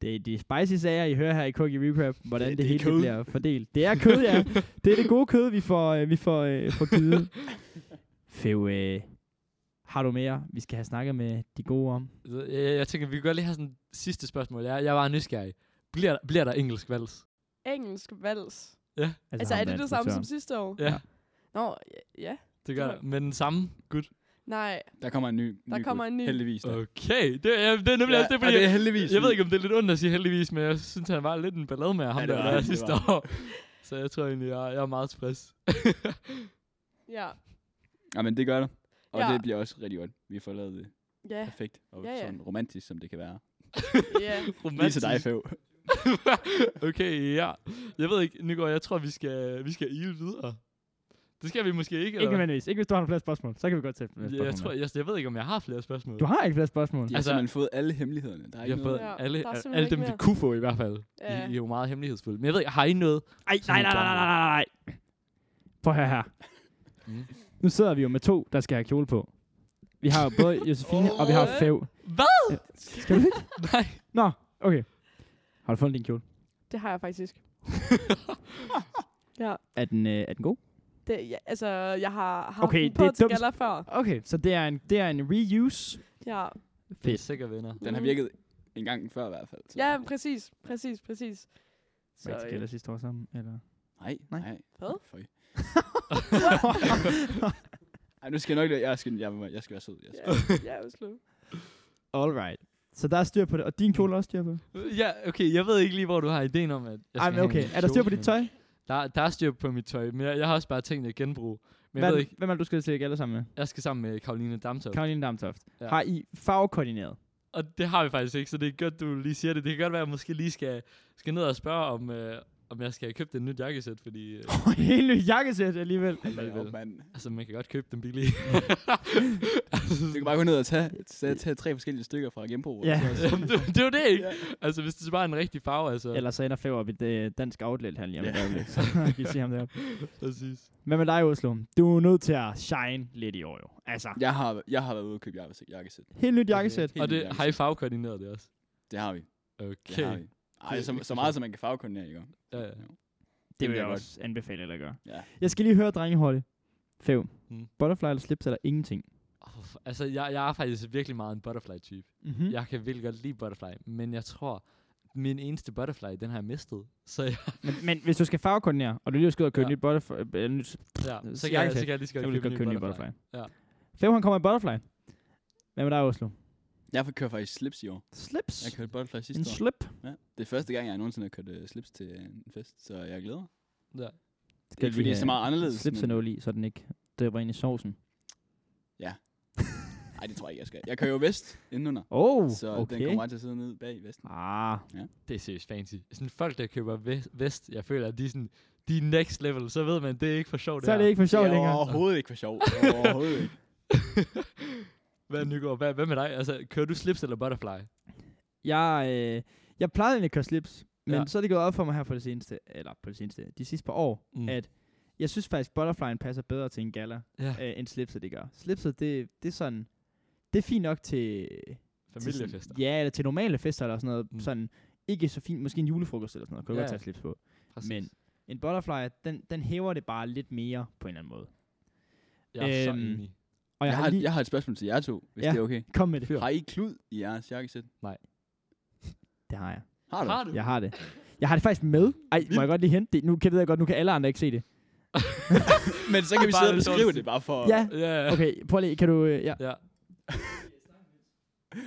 det er de spicy sager, I hører her i Cookie Recap, hvordan Det- det det, det, er hele kød. bliver fordelt. Det er kød, ja. Det er det gode kød, vi får, øh, vi får, øh, får [LAUGHS] givet. Fev, øh, har du mere, vi skal have snakket med de gode om? Jeg, jeg, jeg tænker, vi kan godt lige have sådan sidste spørgsmål. Jeg, jeg var nysgerrig. Bliver, bliver der engelsk vals? Engelsk vals. Altså, ham, der er det det samme instruktøren. som sidste år? Ja. Nå, ja. ja. Det gør Det der. Men den samme? Gud. Nej, Der kommer en ny. Der ny kommer gut. en ny. Heldigvis. da. Okay. Det, ja, det er nemlig ja, også det, og fordi... det er heldigvis. jeg ved ikke, om det er lidt ondt at sige heldigvis, men jeg synes, han var lidt en ballade med ham det der, var der han, det sidste var år. Så jeg tror egentlig, jeg, jeg er meget tilfreds. ja. Ja, men det gør det. Og Ja. det bliver også rigtig godt. Vi får lavet det [LAUGHS] Ja, perfekt og Ja, ja. sådan romantisk, som det kan være. ja. Lige til dig, Fæv. okay, ja. Jeg ved ikke, Nygaard, jeg tror, vi skal, vi skal ile videre. Det skal vi måske ikke. Ikke eller hvad? nødvendigvis. Ikke hvis du har nogle flere spørgsmål. Så kan vi godt tage flere spørgsmål. jeg, tror, med. jeg, jeg ved ikke, om jeg har flere spørgsmål. Du har ikke flere spørgsmål. De har Altså- simpelthen fået alle hemmelighederne. Der er jeg ikke har noget. fået noget. Ja, alle, der er simpelthen alle ikke dem, vi mere. kunne få i hvert fald. I, Ja. I er jo meget hemmelighedsfulde. Men jeg ved ikke, har I noget? Ej, nej, nej, nej, nej, nej, nej, nej. Prøv at høre her. Mm. Nu sidder vi jo med to, der skal have kjole på. Vi har jo [LAUGHS] både Josefine, og vi har Åh. Fev. Hvad? Skal du ikke? [LAUGHS] Nej. Nå, okay. Har du fundet din kjole? Det har jeg [LAUGHS] faktisk. ja. Er den, øh, er den god? Det, ja, altså, jeg har haft Okay, okay, den det på er til dumt. gala før. Okay, så det er en, det er en reuse. Ja. Fedt. Sikker venner. Den har Mm. virket en gang før i hvert fald. så- ja, præcis. Præcis, præcis. Så, var I til gælder sidste år sammen, eller? Nej, nej. Nej. nej. øh, [LAUGHS] Hvad? Føj. Ej, nu skal jeg nok... Jeg skal, jeg, jeg skal være sød. Jeg skal. ja, ja, Oslo. Alright. Så der er styr på det, og din kjole er også styr på det? Ja, okay, jeg ved ikke lige, hvor du har ideen om, at jeg Ej, skal men have okay. en Er der styr på kjole. dit tøj? Der, der er styr på mit tøj, men jeg, jeg har også bare tænkt at genbruge. Men jeg Hvad, ved ikke, hvem er det, du skal til gælder sammen med? jeg skal sammen med Karoline Damtoft. Karoline Damtoft. Ja. Har I farvekoordineret? [LAUGHS] Og det har vi faktisk ikke, så det er godt, du lige siger det. Det kan godt være, at jeg måske lige skal, skal ned og spørge, om, øh, om jeg skal have købt en nyt jakkesæt, fordi øh, Helt ny jakkesæt alligevel. Hold da op, mand. altså, man kan godt købe den billige. Du kan bare gå ned og tage, tage, tage tre forskellige stykker fra genbrug. [LAUGHS] Ja. Jamen, det, det er jo det, ikke? Ja. Altså, hvis det bare er en rigtig farve, altså. Eller så ender Fev op i det dansk outlet her lige om Ja. et øjeblik. Så kan I se ham deroppe. [LAUGHS] Præcis. Hvad med dig, Oslo? Du er nødt til at shine lidt i år, jo. Altså, Jeg har, jeg har været ude og købe jakkesæt. jakkesæt. helt nyt jakkesæt. Helt vildt Og det, jakkesæt. har I farvekoordineret det også? Det har vi. Det Okay. har vi. Ej, så, så meget, som man kan fagkoordinere, ikke? Ja, ja. Det vil vil jeg jeg også anbefale dig at gøre. Ja. Jeg skal lige høre, drenge, hurtigt. Fev. Mm. Butterfly eller slips eller ingenting? Oh, altså, jeg, jeg er faktisk virkelig meget en butterfly-type. Mm-hmm. Jeg kan virkelig godt lide butterfly, men jeg tror, min eneste butterfly, den har jeg mistet. Så, jeg, Men, men hvis du skal farvekoordinere, og du lige skal ud og købe Ja. ja. nyt butterfly, øh, nyt, så [LAUGHS] ja, så, Så kan jeg, jakkesæt. så kan jeg lige så kan godt du lige købe godt en købe ny en ny butterfly. butterfly. Ja. Fev, han kommer i butterfly. Hvad med dig, Oslo? Jeg kører faktisk slips i år. Jeg Slips? kørte butterfly sidste En år. slip? Ja. Det er første gang, jeg nogensinde har kørt øh, slips til øh, en fest, så jeg glæder mig. Ja. Det er ikke, fordi det er så meget anderledes. Slips er men- noget i, så den ikke døber ind i sovsen. [LAUGHS] Nej, det tror jeg ikke, jeg skal. Jeg kører jo vest indenunder, Oh, så okay. den kommer bare til at sidde nede bag i vesten. Ah, Det er seriøst fancy. Sådan folk, der køber ve- vest, jeg føler, at de er, sådan, de er next level. Så ved man, det er ikke for sjovt. så er det ikke for sjovt det er længere. overhovedet ikke for [LAUGHS] sjov. Overhovedet ikke. [LAUGHS] Hvad, Nygaard? Hvad, hvad med dig? Altså, kører du slips eller butterfly? Jeg, øh, jeg plejede egentlig at køre slips, men Ja. ja. så er det gået op for mig her på det seneste, eller på det seneste, de sidste par år, Mm. mm. at jeg synes faktisk, butterflyen passer bedre til en gala, Ja, øh, end slipset det gør. Slipset, det, det er sådan, det er fint nok til... Til familiefester. sådan, ja, eller til normale fester eller sådan noget. Mm. Mm. Sådan, ikke så fint, måske en julefrokost eller sådan noget, kunne Ja, ja. godt ja. tage slips på. Præcis. men- En butterfly, den, den hæver det bare lidt mere på en eller anden måde. jeg er så Øhm, enig. Og Jeg jeg, jeg har, har, lige... jeg har et spørgsmål til jer to, hvis Ja. det er okay. Kom med det. Fyr. Har I klud i jeres jakkesæt? Det har jeg. Har du? [LAUGHS] Har du? Jeg har det. Jeg har det faktisk med. Ej, må jeg godt lige hente det? Nu kan jeg ved jeg godt, nu kan alle andre ikke se det. Men så kan vi Bare sidde og lidt beskrive dårligt. det bare for... Ja, [LAUGHS] Ja, okay, prøv lige, kan du... Øh, ja. ja.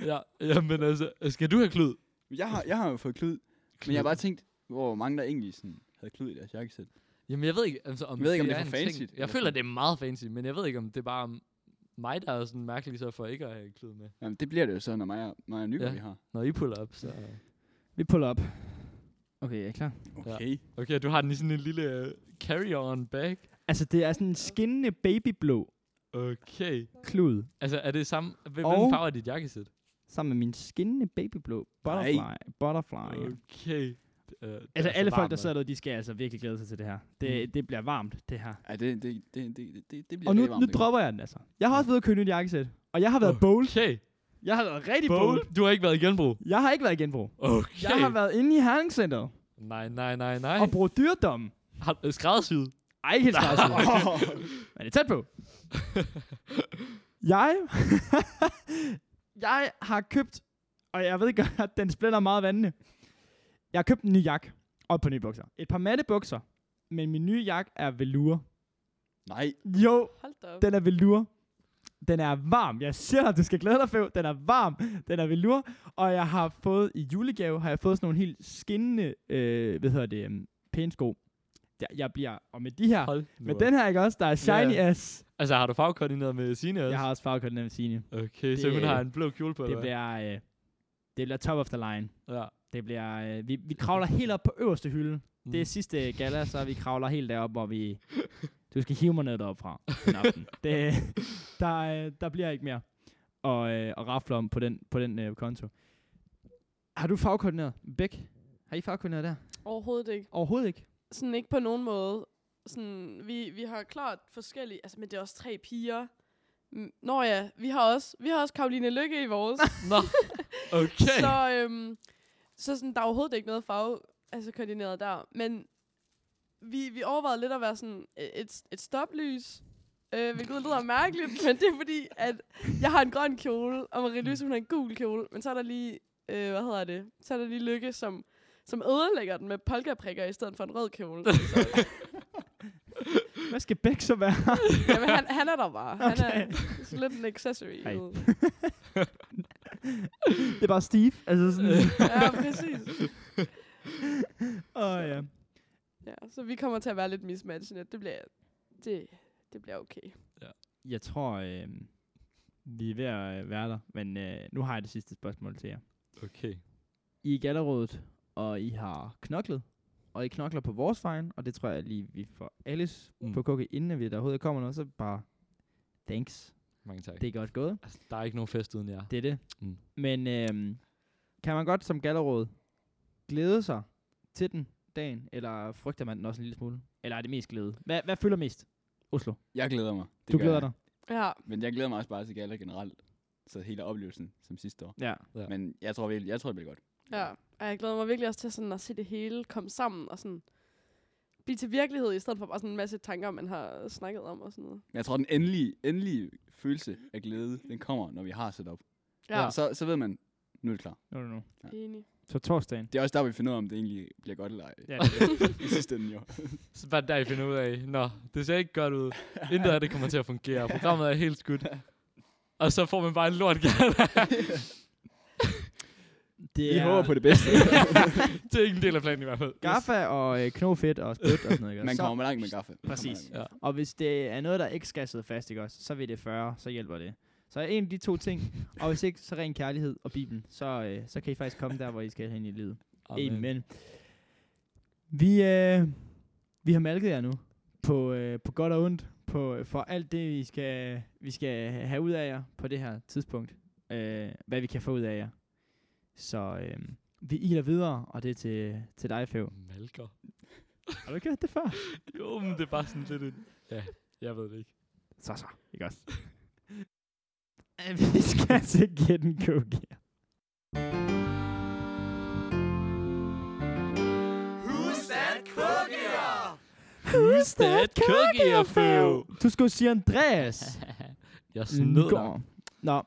ja, ja, men altså, skal du have klud? Jeg har, jeg har jo fået klud, men jeg har bare tænkt, hvor mange der egentlig sådan, havde klud i deres jakkesæt. Jamen, jeg ved ikke, altså, om Jeg ved ikke, om det er en for fancy, Ting. eller Jeg føler, sådan. det er meget fancy, men jeg ved ikke, om det er bare om mig, der er sådan mærkelig så for ikke at have klud med. Jamen, det bliver det jo så, når mig og, mig og Nygaard, Ja. vi har. Når I puller op, så... Vi puller op. Okay, er I klar? Okay. Okay, du har den i sådan en lille øh, carry-on bag. Altså, det er sådan en skinnende babyblå Okay. klud, Altså, er det samme... Hvil- Hvilken Og- farve er dit jakkesæt? sammen med min skinnende babyblå butterfly. Nej. Butterfly, ja. Okay. Det er- det Altså, er alle folk, der Øh, varmt, sidder mand. derude, de skal altså virkelig glæde sig til det her. Det, det bliver varmt, det her. Ja, det, det, det, det, det, det bliver Og nu, rigtig varmt, nu det kan. dropper jeg den altså. Jeg har også været ude at købe nyt jakkesæt. Og jeg har været bold. Okay. Jeg har været rigtig bold. Bold. Du har ikke været i genbrug. Jeg har ikke været i genbrug. Okay. Jeg har været inde i Herningscenteret Nej, nej, nej, nej. og brugt dyrdom. Har du øh, skræddersyet? Ej, ikke helt skræddersyet. Men det er tæt på. [LAUGHS] jeg, [LAUGHS] jeg har købt, og jeg ved godt, at den splitter meget vandene. Jeg har købt en ny jakke og på nye bukser. Et par matte bukser, men min nye jakke er velour. [LAUGHS] Nej, Jo, Hold da op. den er velour. Den er varm. Jeg siger dig, du skal glæde dig, Fev. Den er varm. Den er velour. Og jeg har fået i julegave, har jeg fået sådan nogle helt skinnende, øh, hvad hedder det, øhm, pæne sko. Jeg- Jeg bliver, og med de her, Hold nu med op. den her, ikke også? Der er shiny Ja. yeah. ass. Altså, har du farvekoordineret med Signe også? Jeg har også farvekoden med Signe. Okay, så Det- hun har en blå kjole på, Det eller bliver, øh, det bliver top of the line. hvad? Ja. Det bliver, øh, vi, vi kravler helt op på øverste hylde. Mm. Det Mm. er sidste gala, så vi kravler helt derop, hvor vi... Du du skal hive mig ned deroppe fra den aften. det, der, øh, der bliver ikke mere og, øh, og rafle om på den, på den øh, konto. Har du fagkoordineret? Bæk, har I fagkoordineret der? Overhovedet ikke. Overhovedet ikke. Sådan ikke på nogen måde. Sådan, vi, vi har klart forskellige, altså, men det er også tre piger. Mm, Nå ja, vi har også, vi har også Karoline Lykke i vores. Nå, okay. Så, øhm, så sådan, der er overhovedet ikke noget fag, altså koordineret der. Men vi, vi overvejede lidt at være sådan øh, et, et stoplys, øh, hvilket lyder mærkeligt, men det er fordi, at jeg har en grøn kjole, og Marie-Louise, hun har en gul kjole, men så er der lige, øh, hvad hedder det, så er der lige Lykke, som, som ødelægger den med polkaprikker i stedet for en rød kjole. Så, Hvad skal Bæk så være? jamen, han, han er der bare. Han Okay. er sådan lidt en accessory. Ej. ved. det er bare Steve. Altså sådan. [LAUGHS] Ja, præcis. Åh oh, ja. Ja, så vi kommer til at være lidt mismatchende. Det bliver, det, det bliver okay. Jeg tror, øh, vi er ved at øh, være der, men øh, nu har jeg det sidste spørgsmål til jer. [LAUGHS] Okay. I er i Gallerrådet, og I har knoklet, og I knokler på vores vejen, og det tror jeg lige, vi får Alice mm. Mm. på kukke, inden at vi der overhovedet kommer noget, så bare thanks. Mange tak. Det er godt gået. Altså, der er ikke nogen fest uden jer. Det er det. Mm. Mm. Men øhm, kan man godt som gallerråd glæde sig til den dagen, eller frygter man den også en lille smule? Eller er det mest glæde? Hvad, hvad fylder mest? Oslo. Jeg glæder mig. Det Det du gør glæder jeg. dig? Ja, Men jeg glæder mig også bare til gala generelt. Så hele oplevelsen som sidste år. Ja. Ja. Ja. Men jeg tror, virkelig, jeg tror, det bliver godt. ja. Og jeg glæder mig virkelig også til sådan at se det hele komme sammen og sådan blive til virkelighed, i stedet for bare sådan en masse tanker, man har snakket om og sådan noget. Men jeg tror, den endelige, endelige følelse af glæde, den kommer, når vi har set op. Ja, Og så, så ved man, nu er det klar. No, no, no. Ja. enig. Så torsdagen. Det er også der, vi finder ud af, om det egentlig bliver godt eller ej. Ja, I sidste ende, jo. Så bare der, I finder ud af, nå, det ser ikke godt ud. Intet af det kommer til at fungere. [LAUGHS] Programmet er helt skudt. Og så får man bare en lort [LAUGHS] [LAUGHS] det Vi håber på det bedste. Det er ikke en del af planen i hvert fald. Gaffa og øh, knofedt og spyt og sådan noget. ikke også? Man Så- kommer langt med kaffe. Præcis. Ja. Og hvis det er noget, der ikke skal sidde fast, ikke også, så vil det 40, så hjælper det. Så en af de to [LAUGHS] ting, og hvis ikke, så ren kærlighed og Bibelen, så, øh, så kan I faktisk komme der, hvor I skal hen i livet. Amen. Amen. Vi, øh, vi har malket jer nu på, øh, på godt og ondt, på, øh, for alt det, vi skal, vi skal have ud af jer på det her tidspunkt. Øh, hvad vi kan få ud af jer. Så øh, vi iler videre, og det er til, til dig, Fev. Malker. Har du gjort det før? Jo, men det er bare sådan lidt en... Ja, jeg ved det ikke. Så så, ikke [LAUGHS] også? Øh, vi skal til Get and Go Gear. Who's that cookie, Fev? Du skulle sige Andreas. [LAUGHS] jeg snød dig. Nygaard. Nå.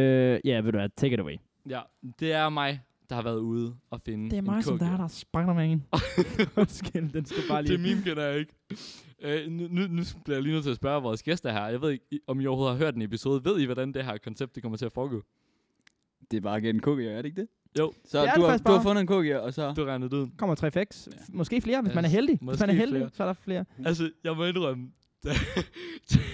Øh, ja, ved du hvad, take it away. Ja, det er mig, der har været ude og finde en kugge. sprang med en. [LAUGHS] [LAUGHS] Undskyld, den skal bare lige... Det meme kender jeg ikke. Øh, nu, nu, nu bliver jeg lige nødt til at spørge vores gæster her. Jeg ved ikke, I- om I overhovedet har hørt en episode. Ved I, hvordan det her koncept det kommer til at foregå? Det er bare igen cookie, er det ikke det? Jo. Så Det er du, det har, faktisk du har bare. fundet en cookie, og så... Du regnede det ud. Kommer 3 fx. Ja. Måske flere, hvis Ja, man er heldig. Hvis måske man er heldig, flere. så er der flere. Altså, jeg må indrømme, [LAUGHS] da, da,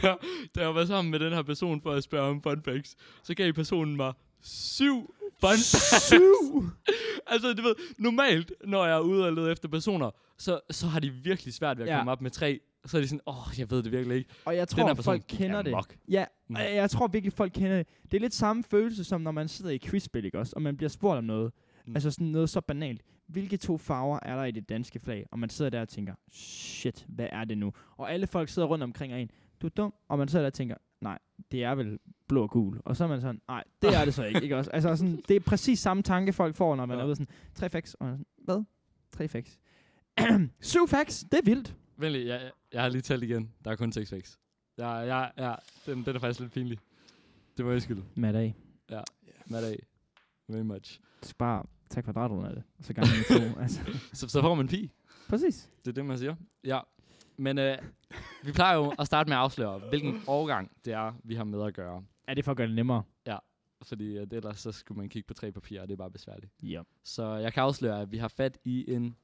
jeg, da jeg var sammen med den her person for at spørge om fun facts, så gav personen mig syv fun facts. [LAUGHS] Syv! Altså, du ved, normalt, når jeg er ude og lede efter personer, så, så har de virkelig svært ved at Ja. ja. komme op med tre. Så er de sådan, åh, oh, jeg ved det virkelig ikke. Og jeg den tror, her person folk gik kender det. amok. Ja, Mm. og jeg- jeg tror virkelig, folk kender det. Det er lidt samme følelse, som når man sidder i quizspil, ikke også? Og man bliver spurgt om noget. Mm. Mm. Altså sådan noget så banalt. Hvilke to farver er der i det danske flag? Og man sidder der og tænker, shit, hvad er det nu? Og alle folk sidder rundt omkring en. Du er dum. Og man sidder der og tænker, nej, det er vel blå og gul. Og så er man sådan, nej, det er det så ikke, ikke også? Altså sådan, det er præcis samme tanke, folk får, når man ja. Ja. er ude sådan, tre facts. Og man er sådan, hvad? Tre facts. [CLEARS THROAT] Syv facts, det er vildt. Vent lige, jeg, jeg har lige talt igen. Der er kun seks facts. Ja, ja, ja. Den, den er faktisk lidt pinlig. Det var jeg skyld. Mad af. Mad af. Very much. Spar, tag kvadratruden af det. Og så gang med to. altså, Så, så får man pi. præcis. Det er det, man siger. Ja. Men øh, vi plejer jo at starte med at afsløre, hvilken årgang det er, vi har med at gøre. Er det for at gøre det nemmere? Fordi at ellers så skulle man kigge på tre papirer, og det er bare besværligt. Ja. Yep. Så jeg kan afsløre, at vi har fat i en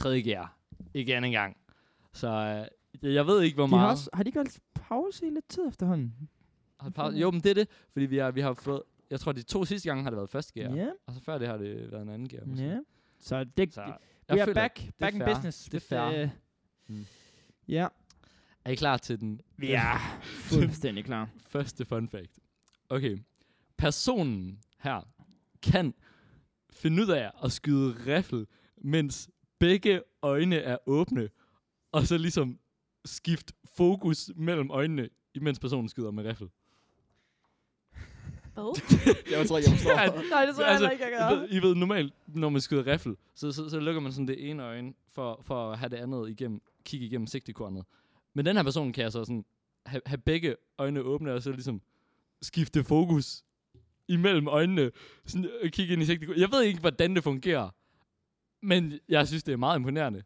3G'er. Ikke anden gang. Så øh, jeg ved ikke, hvor De har, meget... også, har de gjort pause i lidt tid efterhånden? Har pause? Jo, men det er det. Fordi vi har, vi har fået... Jeg tror, de to sidste gange har det været første gear. Ja. Og så før det har det været en anden gear. måske. ja. Så det, Så så jeg we are føler, back, at det er back in fair. Mm. business. Det er hvis, fair. øh, Mm. Ja, Er I klar til den Vi er [LAUGHS] fuldstændig klar. første fun fact? Okay. Personen her kan finde ud af at skyde riffel, mens begge øjne er åbne, og så ligesom skift fokus mellem øjnene, imens personen skyder med riffel. Hvad? Jeg tror ikke, jeg [LAUGHS] forstår. Ja, Nej, det tror jeg Altså, heller ikke, jeg I gør. ved, I ved normalt, når man skyder riffel, så, så, så lukker man sådan det ene øje for, for at have det andet igennem, kigge igennem sigtekornet. Men den her person kan altså sådan have, have begge øjne åbne, og så ligesom skifte fokus imellem øjnene, sådan øh, kigge ind i sigtekornet. Jeg ved ikke, hvordan det fungerer, men jeg synes, det er meget imponerende.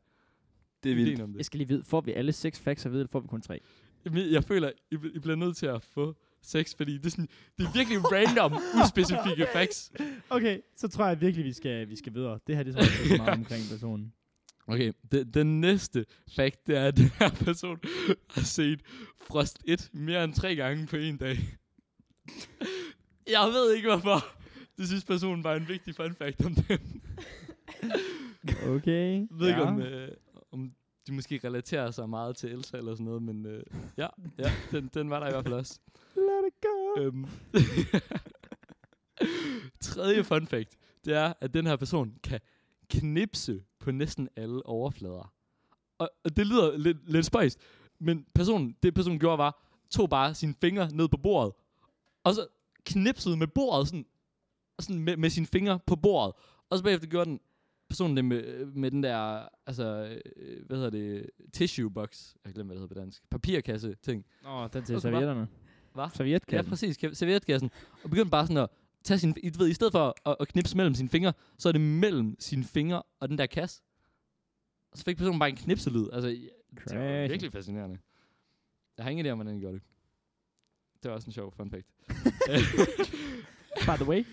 Det er vildt. ideen om det. Jeg skal lige vide, får vi alle seks facts at vide, eller får vi kun tre? Jamen, Jeg føler, I, bl- I bliver nødt til at få sex, fordi det er, sådan, det er virkelig [LAUGHS] random, uspecifikke facts. Okay, så tror jeg virkelig, vi skal, vi skal videre. Det her, det tror jeg ikke meget omkring personen. Okay, den, den næste fact, det er, at den her person har set Frost 1 mere end tre gange på en dag. Jeg ved ikke hvorfor. Det synes personen var en vigtig fun fact om det. [LAUGHS] Okay. Jeg ved ikke, om, øh, om de måske relaterer sig meget til Elsa eller sådan noget, men øh, ja, ja den, den var der i hvert fald også. Let it go. Øhm. [LAUGHS] Tredje fun fact, det er, at den her person kan knipse på næsten alle overflader. Og, og det lyder lidt, lidt spøjst, men personen, det personen gjorde var, tog bare sine fingre ned på bordet, og så knipsede med bordet, sådan, sådan med, med sine fingre på bordet. Og så bagefter gjorde den personen det med, med den der, altså, øh, hvad hedder det, tissue box, jeg glemmer, hvad det hedder på dansk, papirkasse ting. Nå, den til Hvad? servietterne. Hvad? Ja, Servietkassen. præcis. Ka- Servietkassen. Og begyndte bare sådan at tage sin... I, ved, I stedet for at, at knipse mellem sine fingre, så er det mellem sine fingre og den der kasse. Og så fik personen bare en knipselyd. Altså, ja, det var Crazy. virkelig fascinerende. Jeg har ingen idé om, hvordan de gjorde det. Det var også en sjov fun fact. [LAUGHS] By the [LAUGHS] way.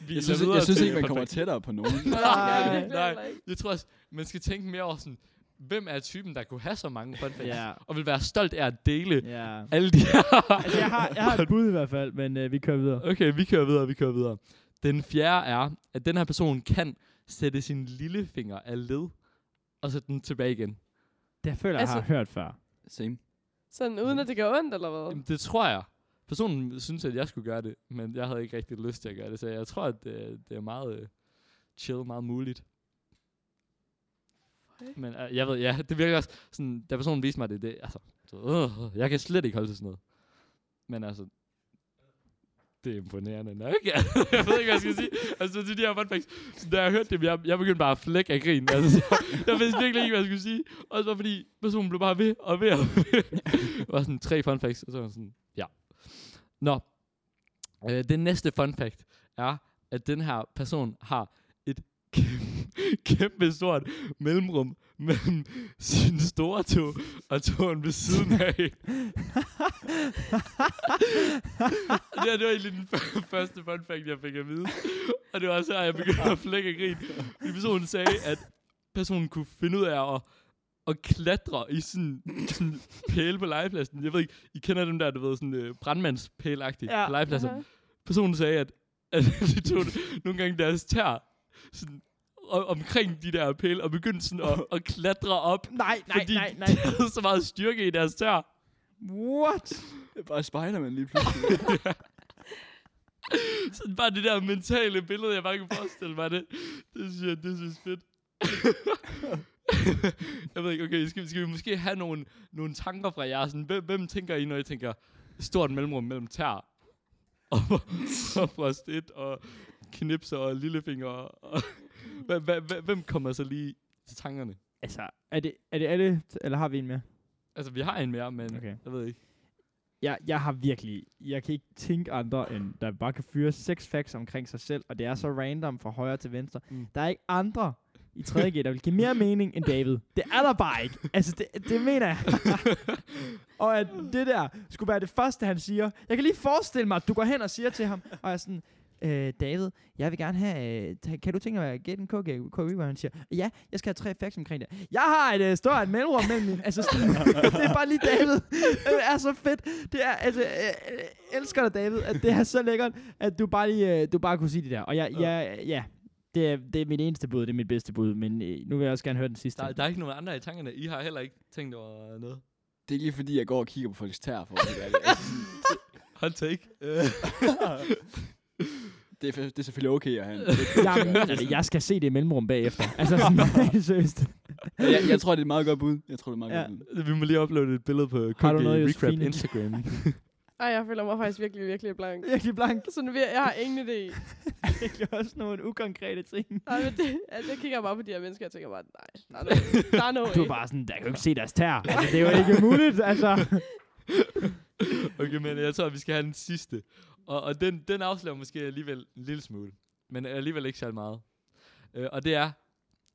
Vi Jeg synes, lader jeg synes til ikke, man fun kommer fact. tættere på nogen. Nej, [LAUGHS] Nej, det gør jeg nej. heller ikke. Jeg tror også, man skal tænke mere over sådan, hvem er typen, der kunne have så mange fun facts? Ja. Og vil være stolt af at dele Ja. alle de her. Altså, jeg har, jeg har et bud i hvert fald, men øh, vi kører videre. Okay, vi kører videre, vi kører videre. Den fjerde er, at den her person kan sætte sin lillefinger af led, og sætte den tilbage igen. Det føler jeg, Altså- jeg har hørt før. Same. Sådan uden at det gør ondt, eller hvad? Jamen, det tror jeg. Personen synes, at jeg skulle gøre det, men jeg havde ikke rigtig lyst til at gøre det, så jeg tror, at det, det er meget øh, chill, meget muligt. Okay. Men øh, jeg ved, ja, det virker også sådan, da personen viste mig det, det altså, så, øh, jeg kan slet ikke holde til sådan noget. Men altså, det er imponerende nok. [LAUGHS] jeg ved ikke, hvad jeg skal sige. Altså, til de her fun facts, så da jeg hørte dem, jeg, jeg begyndte bare at flække af grin. Altså, så, jeg vidste virkelig ikke, hvad jeg skulle sige. Også bare fordi, personen blev bare ved og ved og ved. Det var sådan tre fun facts, og så var jeg sådan, ja. Nå, øh, det næste fun fact er, at den her person har et kæmpe, kæmpe stort mellemrum mellem sin store tog og tåen ved siden af. [LAUGHS] det, her, det var egentlig den f- første fun fact, jeg fik at vide. Og det var også her, jeg begyndte at flække og grine. Fordi personen sagde, at personen kunne finde ud af at, at klatre i sådan, sådan pæle på legepladsen. Jeg ved ikke, I kender dem der, du ved, sådan uh, brandmandspæle-agtigt ja. på legepladsen aha. personen sagde, at, at [LAUGHS] de tog nogle gange deres tær sådan, o- omkring de der pæle, og begyndte sådan [LAUGHS] at, at klatre op, Nej, fordi de havde så meget styrke i deres tær. What? Det er bare Spider-Man lige pludselig. Sådan bare det der mentale billede, jeg bare kan forestille mig det. Det synes jeg, det synes jeg er fedt. jeg ved ikke, okay, skal, skal vi måske have nogle, nogle tanker fra jer? Sådan, hvem, hvem tænker I, når I tænker stort mellemrum mellem tær og, og frost 1 og knipser og lillefinger? Og, og, hvem, hvem, hvem kommer så lige til tankerne? Altså, er det, er det alle, eller har vi en mere? Altså, vi har en mere, men okay. Okay. jeg ved ikke. Jeg, jeg har virkelig, jeg kan ikke tænke andre, end der bare kan fyre seks facts omkring sig selv, og det er så random fra højre til venstre. Mm. Mm. Der er ikke andre i 3G, der vil give mere mening end David. Det er der bare ikke. Altså, det, det mener jeg. og at det der skulle være det første, han siger. Jeg kan lige forestille mig, at du går hen og siger til ham, og jeg er sådan, øh, David, jeg vil gerne have, øh, ta- kan du tænke dig at gætte en KG, KG, hvor han siger, ja, jeg skal have tre facts omkring det. Jeg har et øh, stort mellemrum mellem mine, altså sådan, [LAUGHS] det er bare lige David, det er så fedt, det er, altså, øh, øh, elsker dig David, at det er så lækkert, at du bare lige, øh, du bare kunne sige det der, og jeg, jeg, ja, det er, det er mit eneste bud, det er mit bedste bud, men øh, nu vil jeg også gerne høre den sidste. Der, der er ikke nogen andre i tankerne. I har heller ikke tænkt over noget. Det er ikke lige fordi, jeg går og kigger på folks tær for at gøre det. Altså, Hot take. det, er, det er selvfølgelig okay at have [LAUGHS] en. jeg mener det. Jeg skal se det i mellemrum [LAUGHS] bagefter. Altså, sådan, seriøst. Jeg, jeg tror, det er et meget godt bud. Jeg tror, det er et meget Ja. ja. godt bud. Vi må lige uploade et billede på Har du noget, Cookie Josefine? Recrap [LAUGHS] Instagram. Ej, jeg føler mig faktisk virkelig, virkelig blank. Virkelig [LAUGHS] blank. Sådan, vir- jeg har ingen idé. Virkelig også nogle ukonkrete ting. Nej, men det, altså, jeg kigger bare på de her mennesker, og tænker bare, nej, der er no, [LAUGHS] der er no Du way. er bare sådan, der kan jo ikke se deres tær. Altså, det er jo ikke muligt, altså. [LAUGHS] okay, men jeg tror, vi skal have den sidste. Og, og den, den afslører måske alligevel en lille smule. Men alligevel ikke særlig meget. Øh, og det er,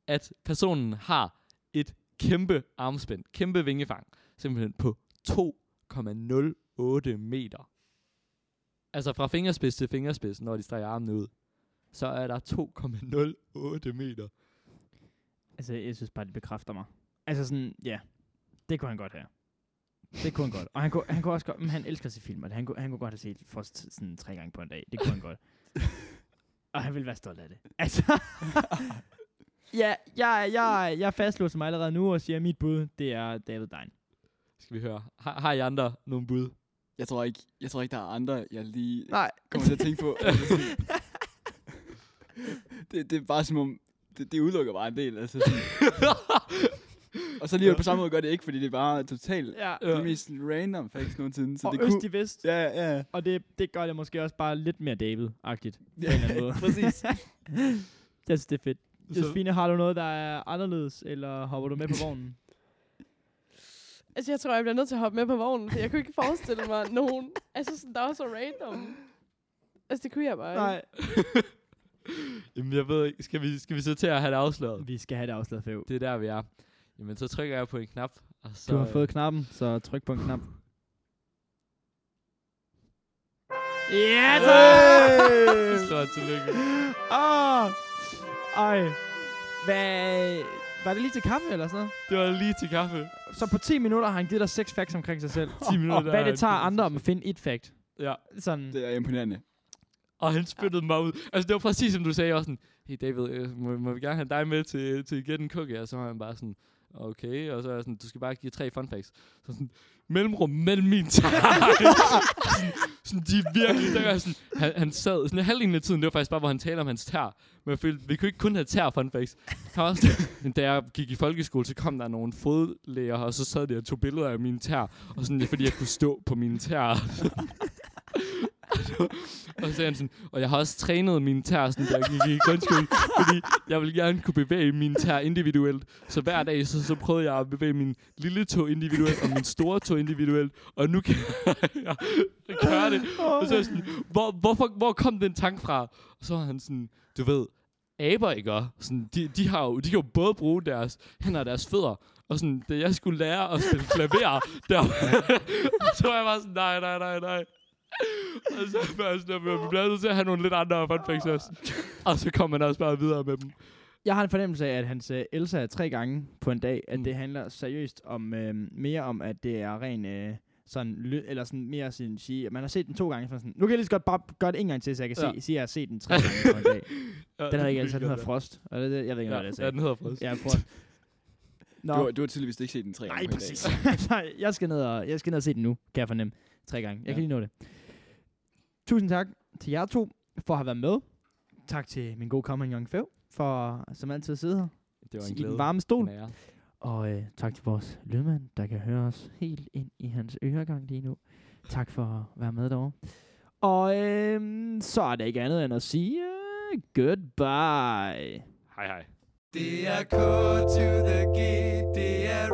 at personen har et kæmpe armspænd, kæmpe vingefang, simpelthen på 2,08 meter. Altså fra fingerspids til fingerspids, når de strækker armene ud, så er der 2,08 meter. Altså, jeg synes bare, det bekræfter mig. Altså sådan, ja. Det kunne han godt have. Det kunne han godt. Og han kunne, han kunne også godt, men han elsker sit film, og han kunne, han kunne godt have set Frost sådan tre gange på en dag. Det kunne han [LAUGHS] godt. Og han ville være stolt af det. Altså. [LAUGHS] ja, jeg, jeg, jeg fastlåser mig allerede nu og siger, at mit bud, det er David Dein. Skal vi høre. Har, har I andre nogle bud? Jeg tror ikke, jeg tror ikke der er andre, jeg lige Nej. kommer til at [LAUGHS] tænke på. Altså, sådan- [LAUGHS] det, det er bare som om, det, det udelukker bare en del. Altså, [LAUGHS] sådan. og så lige på samme måde gør det ikke, fordi det er bare totalt Ja. det mest random faktisk nogensinde. Så Og det øst i vest. Ja, ja, ja. Og det, det gør det måske også bare lidt mere David-agtigt. Ja, en eller [LAUGHS] anden måde. præcis. Jeg synes, det er fedt. Så- Josefine, har du noget, der er anderledes, eller hopper du med [LAUGHS] på vognen? Altså, jeg tror, jeg bliver nødt til at hoppe med på vognen, for jeg kunne ikke forestille mig nogen. Altså, sådan, der var så random. Altså, det kunne jeg bare ikke. [LAUGHS] Jamen, jeg ved ikke. Skal vi, skal vi så til at have det afsløret? Vi skal have det afslaget fæv. Det er der, vi er. Jamen, så trykker jeg på en knap. Og så, Du har fået knappen, så tryk på en knap. Ja, øh, [LAUGHS] tak! Stort tillykke. Åh! Ej. Hvad? Var det lige til kaffe eller sådan noget? Det var lige til kaffe. Så på 10 minutter har han givet dig 6 facts omkring sig [LAUGHS] selv. 10 minutter, Og der hvad har det tager han givet sig andre om selv. at finde et fact. Ja. Sådan. Det er imponerende. Og han spyttede mig ud. Altså, det var præcis som du sagde også sådan, hey David, øh, må, må vi gerne have dig med til, til Get en Cookie? Og så var han bare sådan, okay. Og så er jeg sådan, du skal bare give tre fun facts. Så sådan, mellemrum mellem min tag. [LAUGHS] sådan, sådan, de er virkelig, der var sådan, han, han sad sådan halvdelen af tiden, det var faktisk bare, hvor han talte om hans tær. Men jeg følte, vi kunne ikke kun have tær fun facts. Han var også sådan, "Men da jeg gik i folkeskole, så kom der nogle fodlæger, og så sad de og tog billeder af mine tær. Og sådan, det er fordi, jeg kunne stå på mine tær. Og så sagde han sådan, og jeg har også trænet mine tær, sådan, da jeg gik i grundskole, fordi jeg ville gerne kunne bevæge mine tær individuelt. Så hver dag, så, så prøvede jeg at bevæge min lille tå individuelt, og min store tå individuelt, og nu kan [LAUGHS] jeg gøre det. Og så er jeg sådan, hvor, hvorfor, hvor kom den tanke fra? Og så var han sådan, du ved, aber, ikke? også? Sådan, de, de, har jo, de kan jo både bruge deres hænder og deres fødder, og sådan, da jeg skulle lære at spille klaver, der, [LAUGHS] så var jeg bare sådan, nej, nej, nej, nej. Og så først, når vi bliver nødt til at have nogle lidt andre fun facts også. Og så kommer man også bare videre med dem. Jeg har en fornemmelse af, at hans øh, Elsa er tre gange på en dag, at Mm. mm. det handler seriøst om øh, mere om, at det er ren øh, sådan, ly- eller sådan mere sådan sige, at man har set den to gange, så er man sådan, nu kan jeg lige så godt bare gøre det en gang til, så jeg kan Ja. ja. se, sige, at jeg har set den tre gange på en [LAUGHS] dag. Ja, Den hedder ikke Elsa, det den hedder Frost. Og det, det, jeg ved ikke, Ja, hvad det ja, er. den hedder Frost. Ja, [LAUGHS] Frost. Nå, Du, har- du har tydeligvis ikke set den tre nej, gange på en dag. præcis. [LAUGHS] Nej, jeg, skal ned og, jeg skal ned og se den nu, kan jeg fornemme. Tre gange. Jeg Ja. kan lige nå det. Tusind tak til jer to for at have været med. Tak til min gode kompagnon Fæv for som altid at sidde her Det var en i den glæde. varme stol. En ære. Og øh, tak til vores lydmand, der kan høre os helt ind i hans øregang lige nu. Tak for at være med derovre. Og øh, så er der ikke andet end at sige øh, goodbye. Hej hej. Det er K to the G, det er